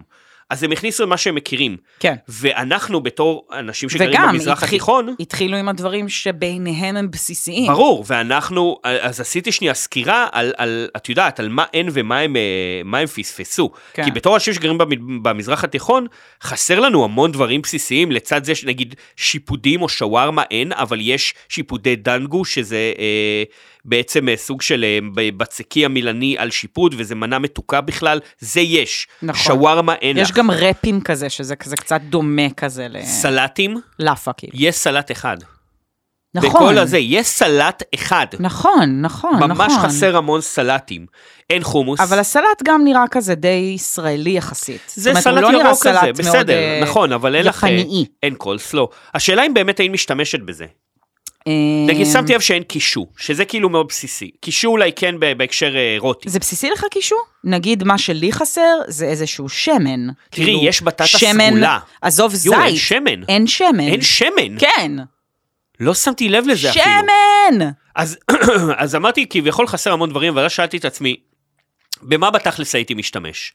Speaker 1: אז הם הכניסו מה שהם מכירים,
Speaker 2: כן.
Speaker 1: ואנחנו בתור אנשים שגרים
Speaker 2: וגם,
Speaker 1: במזרח
Speaker 2: התחיל-
Speaker 1: התיכון,
Speaker 2: התחילו עם הדברים שביניהם הם בסיסיים.
Speaker 1: ברור, ואנחנו, אז עשיתי שנייה סקירה על, על את יודעת, על מה אין ומה הם, אה, מה הם פספסו.
Speaker 2: כן.
Speaker 1: כן. כי בתור אנשים שגרים במ- במזרח התיכון, חסר לנו המון דברים בסיסיים, לצד זה שנגיד שיפודים או שווארמה אין, אבל יש שיפודי דנגו, שזה אה, בעצם אה, סוג של אה, ב- בצקי המילני על שיפוד, וזה מנה מתוקה בכלל, זה יש.
Speaker 2: נכון.
Speaker 1: שווארמה אין
Speaker 2: יש
Speaker 1: לך.
Speaker 2: גם רפים כזה, שזה כזה קצת דומה כזה
Speaker 1: סלטים,
Speaker 2: ללאפה, כאילו.
Speaker 1: יש סלט אחד.
Speaker 2: נכון.
Speaker 1: בכל הזה, יש סלט אחד.
Speaker 2: נכון, נכון, נכון.
Speaker 1: ממש חסר המון סלטים. אין חומוס.
Speaker 2: אבל הסלט גם נראה כזה די ישראלי יחסית. זאת
Speaker 1: זה
Speaker 2: אומרת, הוא
Speaker 1: סלט
Speaker 2: לא נראה
Speaker 1: ירוק
Speaker 2: סלט
Speaker 1: כזה,
Speaker 2: מאוד,
Speaker 1: בסדר,
Speaker 2: אה,
Speaker 1: נכון, אבל אין לך...
Speaker 2: יפנאי.
Speaker 1: אין קולסלו. השאלה אם באמת היית משתמשת בזה.
Speaker 2: אה,
Speaker 1: נגיד, שמתי לב שאין קישו, שזה כאילו מאוד בסיסי. קישו אולי כן ב- בהקשר אה, רוטי.
Speaker 2: זה בסיסי לך קישור? נגיד מה שלי חסר זה איזשהו שמן.
Speaker 1: תראי,
Speaker 2: כאילו,
Speaker 1: יש בטטה
Speaker 2: שמן-
Speaker 1: סגולה.
Speaker 2: עזוב זית.
Speaker 1: יו, אין שמן.
Speaker 2: אין שמן.
Speaker 1: אין שמן.
Speaker 2: כן.
Speaker 1: לא שמתי לב לזה אפילו.
Speaker 2: שמן!
Speaker 1: אז, אז אמרתי, כביכול חסר המון דברים, ואז שאלתי את עצמי, במה בתכלס הייתי משתמש?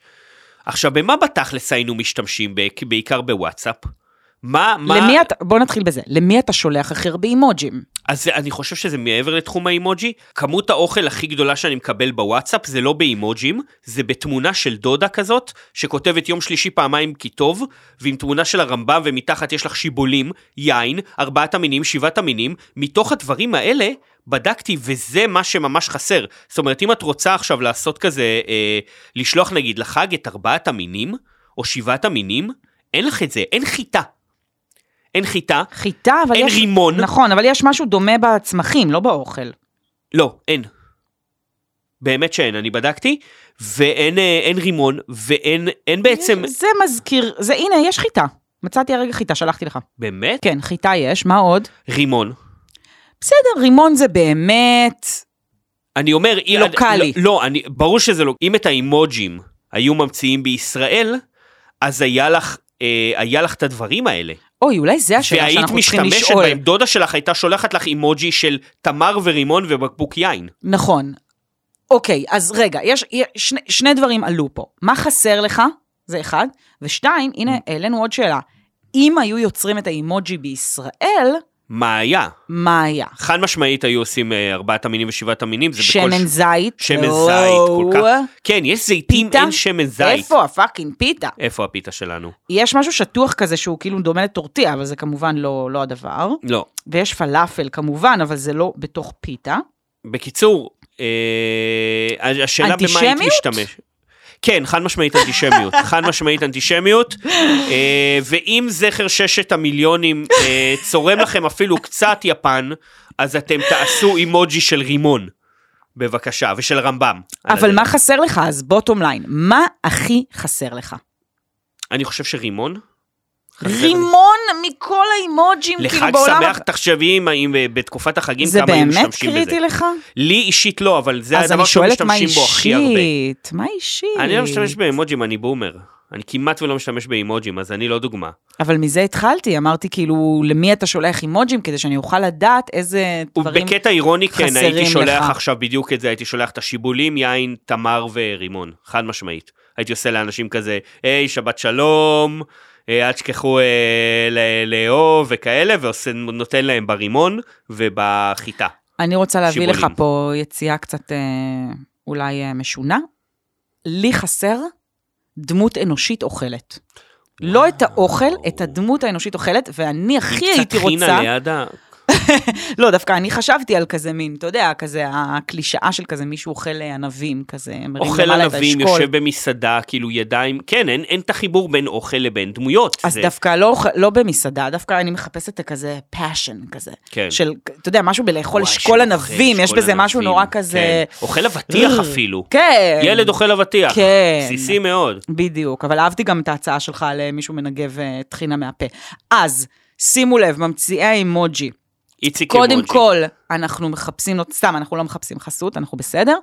Speaker 1: עכשיו, במה בתכלס היינו משתמשים, בעיק- בעיקר בוואטסאפ? מה, מה...
Speaker 2: למי אתה, בוא נתחיל בזה. למי אתה שולח הכי הרבה אימוג'ים?
Speaker 1: אז זה- אני חושב שזה מעבר לתחום האימוג'י. כמות האוכל הכי גדולה שאני מקבל בוואטסאפ זה לא באימוג'ים, זה בתמונה של דודה כזאת, שכותבת יום שלישי פעמיים כי טוב, ועם תמונה של הרמב"ם ומתחת יש לך שיבולים, יין, ארבעת המינים, שבעת המינים. מתוך הדברים האלה בדקתי וזה מה שממש חסר. זאת אומרת, אם את רוצה עכשיו לעשות כזה, אה, לשלוח נגיד לחג את ארבעת המינים, או שבעת המינים, אין לך את זה, אין חיטה. אין חיטה,
Speaker 2: חיטה, אבל
Speaker 1: אין
Speaker 2: יש...
Speaker 1: רימון.
Speaker 2: נכון, אבל יש משהו דומה בצמחים, לא באוכל.
Speaker 1: לא, אין. באמת שאין, אני בדקתי, ואין אה, אין רימון, ואין אין בעצם...
Speaker 2: זה מזכיר, זה הנה, יש חיטה. מצאתי הרגע חיטה, שלחתי לך.
Speaker 1: באמת?
Speaker 2: כן, חיטה יש, מה עוד?
Speaker 1: רימון.
Speaker 2: בסדר, רימון זה באמת...
Speaker 1: אני אומר... אי-
Speaker 2: לוקאלי.
Speaker 1: לא, לא אני, ברור שזה לא... אם את האימוג'ים היו ממציאים בישראל, אז היה לך אה, היה לך את הדברים האלה.
Speaker 2: אוי, אולי זה השאלה
Speaker 1: והיית
Speaker 2: שאנחנו צריכים
Speaker 1: משתמשת
Speaker 2: לשאול.
Speaker 1: בהם, דודה שלך הייתה שולחת לך אימוג'י של תמר ורימון ובקבוק יין.
Speaker 2: נכון. אוקיי, אז רגע, יש, יש שני, שני דברים עלו פה. מה חסר לך? זה אחד. ושתיים, הנה,
Speaker 1: Mm.
Speaker 2: העלינו עוד שאלה. אם היו יוצרים את האימוג'י בישראל,
Speaker 1: מה היה?
Speaker 2: מה היה?
Speaker 1: חד משמעית היו עושים אה, ארבעת המינים ושבעת המינים, זה בכל...
Speaker 2: שמן
Speaker 1: ש-
Speaker 2: זית?
Speaker 1: שמן
Speaker 2: לא.
Speaker 1: זית, כל כך... כן, יש זיתים,
Speaker 2: פיתה?
Speaker 1: אין שמן זית.
Speaker 2: איפה הפאקינג פיתה?
Speaker 1: איפה הפיתה שלנו?
Speaker 2: יש משהו שטוח כזה שהוא כאילו דומה לטורטיה, אבל זה כמובן לא, לא הדבר.
Speaker 1: לא.
Speaker 2: ויש פלאפל כמובן, אבל זה לא בתוך פיתה.
Speaker 1: בקיצור, אה, השאלה במה היית
Speaker 2: אנטישמיות?
Speaker 1: משתמש. כן, חד משמעית אנטישמיות, חד משמעית אנטישמיות, אה, ואם זכר ששת המיליונים אה, צורם לכם אפילו קצת יפן, אז אתם תעשו אימוג'י של רימון, בבקשה, ושל רמב"ם. על
Speaker 2: אבל
Speaker 1: הדרך.
Speaker 2: מה חסר לך? אז בוטום ליין, מה הכי חסר לך?
Speaker 1: אני חושב שרימון. חסר לי.
Speaker 2: רימון מכל האימוג'ים,
Speaker 1: לחג
Speaker 2: כאילו בעולם...
Speaker 1: שמח תחשבי אם- אם אה, בתקופת החגים
Speaker 2: זה
Speaker 1: כמה היו
Speaker 2: באמת
Speaker 1: משתמשים בזה.
Speaker 2: קריטי לך?
Speaker 1: לי אישית לא, אבל זה
Speaker 2: אז
Speaker 1: הדבר
Speaker 2: אני שואלת מה
Speaker 1: שמשתמשים בו הכי הרבה.
Speaker 2: אישית, מה אישית?
Speaker 1: אני לא משתמש באמוג'ים, אני בומר. אני כמעט ולא משתמש באמוג'ים, אז אני לא דוגמה.
Speaker 2: אבל מזה התחלתי, אמרתי כאילו, למי אתה שולח אימוג'ים, כדי שאני אוכל לדעת איזה דברים...
Speaker 1: ובקטע אירוני, כן,
Speaker 2: חסרים
Speaker 1: הייתי שולח
Speaker 2: לך.
Speaker 1: עכשיו בדיוק את זה, הייתי שולח את השיבולים, יין, תמר ורימון, חד משמעית. הייתי עושה לאנשים כזה, היי, שבת שלום, אה, אל תשכחו אה, ל- לאהוב וכאלה, ונותן להם ברימון ובחיטה.
Speaker 2: אני רוצה להביא לך
Speaker 1: שיבולים.
Speaker 2: פה יציאה קצת אה, אולי אה, משונה. לי חסר דמות אנושית אוכלת. לא את האוכל, את הדמות האנושית אוכלת, ואני הכי
Speaker 1: עם
Speaker 2: הייתי
Speaker 1: קצת חינה
Speaker 2: רוצה...
Speaker 1: ליד ה...
Speaker 2: לא, דווקא אני חשבתי על כזה מין, אתה יודע, כזה הקלישאה של כזה מישהו אוכל אה, ענבים, כזה מרים
Speaker 1: אוכל
Speaker 2: למעלה את
Speaker 1: ענבים,
Speaker 2: האשכול.
Speaker 1: יושב במסעדה, כאילו ידיים, כן, אין אין את החיבור בין אוכל לבין דמויות.
Speaker 2: אז
Speaker 1: זה-
Speaker 2: דווקא לא, אוכ- לא במסעדה, דווקא אני מחפשת את הכזה passion כזה.
Speaker 1: כן.
Speaker 2: של, אתה יודע, משהו בלאכול
Speaker 1: וואי,
Speaker 2: אשכול
Speaker 1: שאוכל
Speaker 2: ענבים, יש
Speaker 1: אשכול
Speaker 2: בזה משהו
Speaker 1: ענבים,
Speaker 2: נורא
Speaker 1: כן.
Speaker 2: כזה...
Speaker 1: אוכל אבטיח
Speaker 2: אה,
Speaker 1: אפילו.
Speaker 2: כן.
Speaker 1: ילד אוכל אבטיח.
Speaker 2: כן.
Speaker 1: בסיסי מאוד.
Speaker 2: בדיוק, אבל אהבתי גם את ההצעה שלך על אה, מישהו מנגב אה, טחינה מהפה. אז, שימו לב, ממציאי האימוג'י.
Speaker 1: איציק אמוג'י.
Speaker 2: קודם כל, אנחנו מחפשים, לו- סתם, אנחנו לא מחפשים חסות, אנחנו בסדר,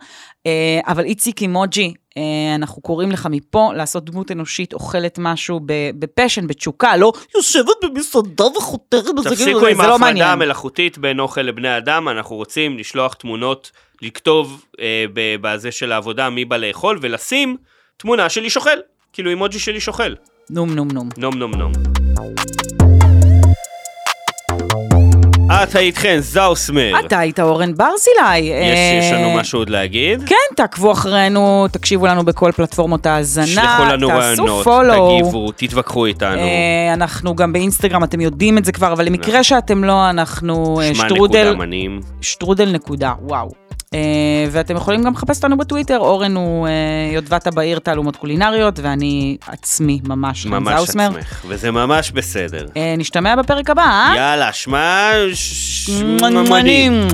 Speaker 2: אה, אבל איציק אימוג'י, אה, אנחנו קוראים לך מפה לעשות דמות אנושית אוכלת משהו ב- בפשן, בתשוקה, לא יושבת במסעדה וחותרת בזה,
Speaker 1: תפסיקו
Speaker 2: כאילו,
Speaker 1: עם
Speaker 2: זה לא
Speaker 1: ההפרדה
Speaker 2: מעניין.
Speaker 1: המלאכותית בין אוכל לבני אדם, אנחנו רוצים לשלוח תמונות, לכתוב אה, ב- בזה של העבודה מי בא לאכול, ולשים תמונה שלי שוכל. כאילו אימוג'י שלי שוכל.
Speaker 2: נום נום נום.
Speaker 1: נום נום נום. את היית חן, זאוסמר.
Speaker 2: אתה היית אורן ברזילי.
Speaker 1: כן. יש יש לנו
Speaker 2: אה,
Speaker 1: משהו עוד להגיד?
Speaker 2: כן, תעקבו אחרינו, תקשיבו לנו בכל פלטפורמות
Speaker 1: תשלחו
Speaker 2: ההאזנה,
Speaker 1: לנו
Speaker 2: תעשו
Speaker 1: רעיונות,
Speaker 2: פולו.
Speaker 1: תגיבו, תתווכחו איתנו.
Speaker 2: אה, אנחנו גם באינסטגרם, אתם יודעים את זה כבר, אבל למקרה שאתם לא, אנחנו אה,
Speaker 1: שמע
Speaker 2: שטרודל,
Speaker 1: נקודה מנים.
Speaker 2: שטרודל נקודה, וואו. אה, ואתם יכולים גם לחפש אותנו בטוויטר, אורן הוא אה, יודבת הבעיר תעלומות קולינריות, ואני עצמי ממש חן
Speaker 1: ממש
Speaker 2: זאוסמר.
Speaker 1: עצמך, וזה ממש בסדר.
Speaker 2: אה, נשתמע בפרק הבא, אה?
Speaker 1: יאללה, שמע... ש-
Speaker 2: מנמנים.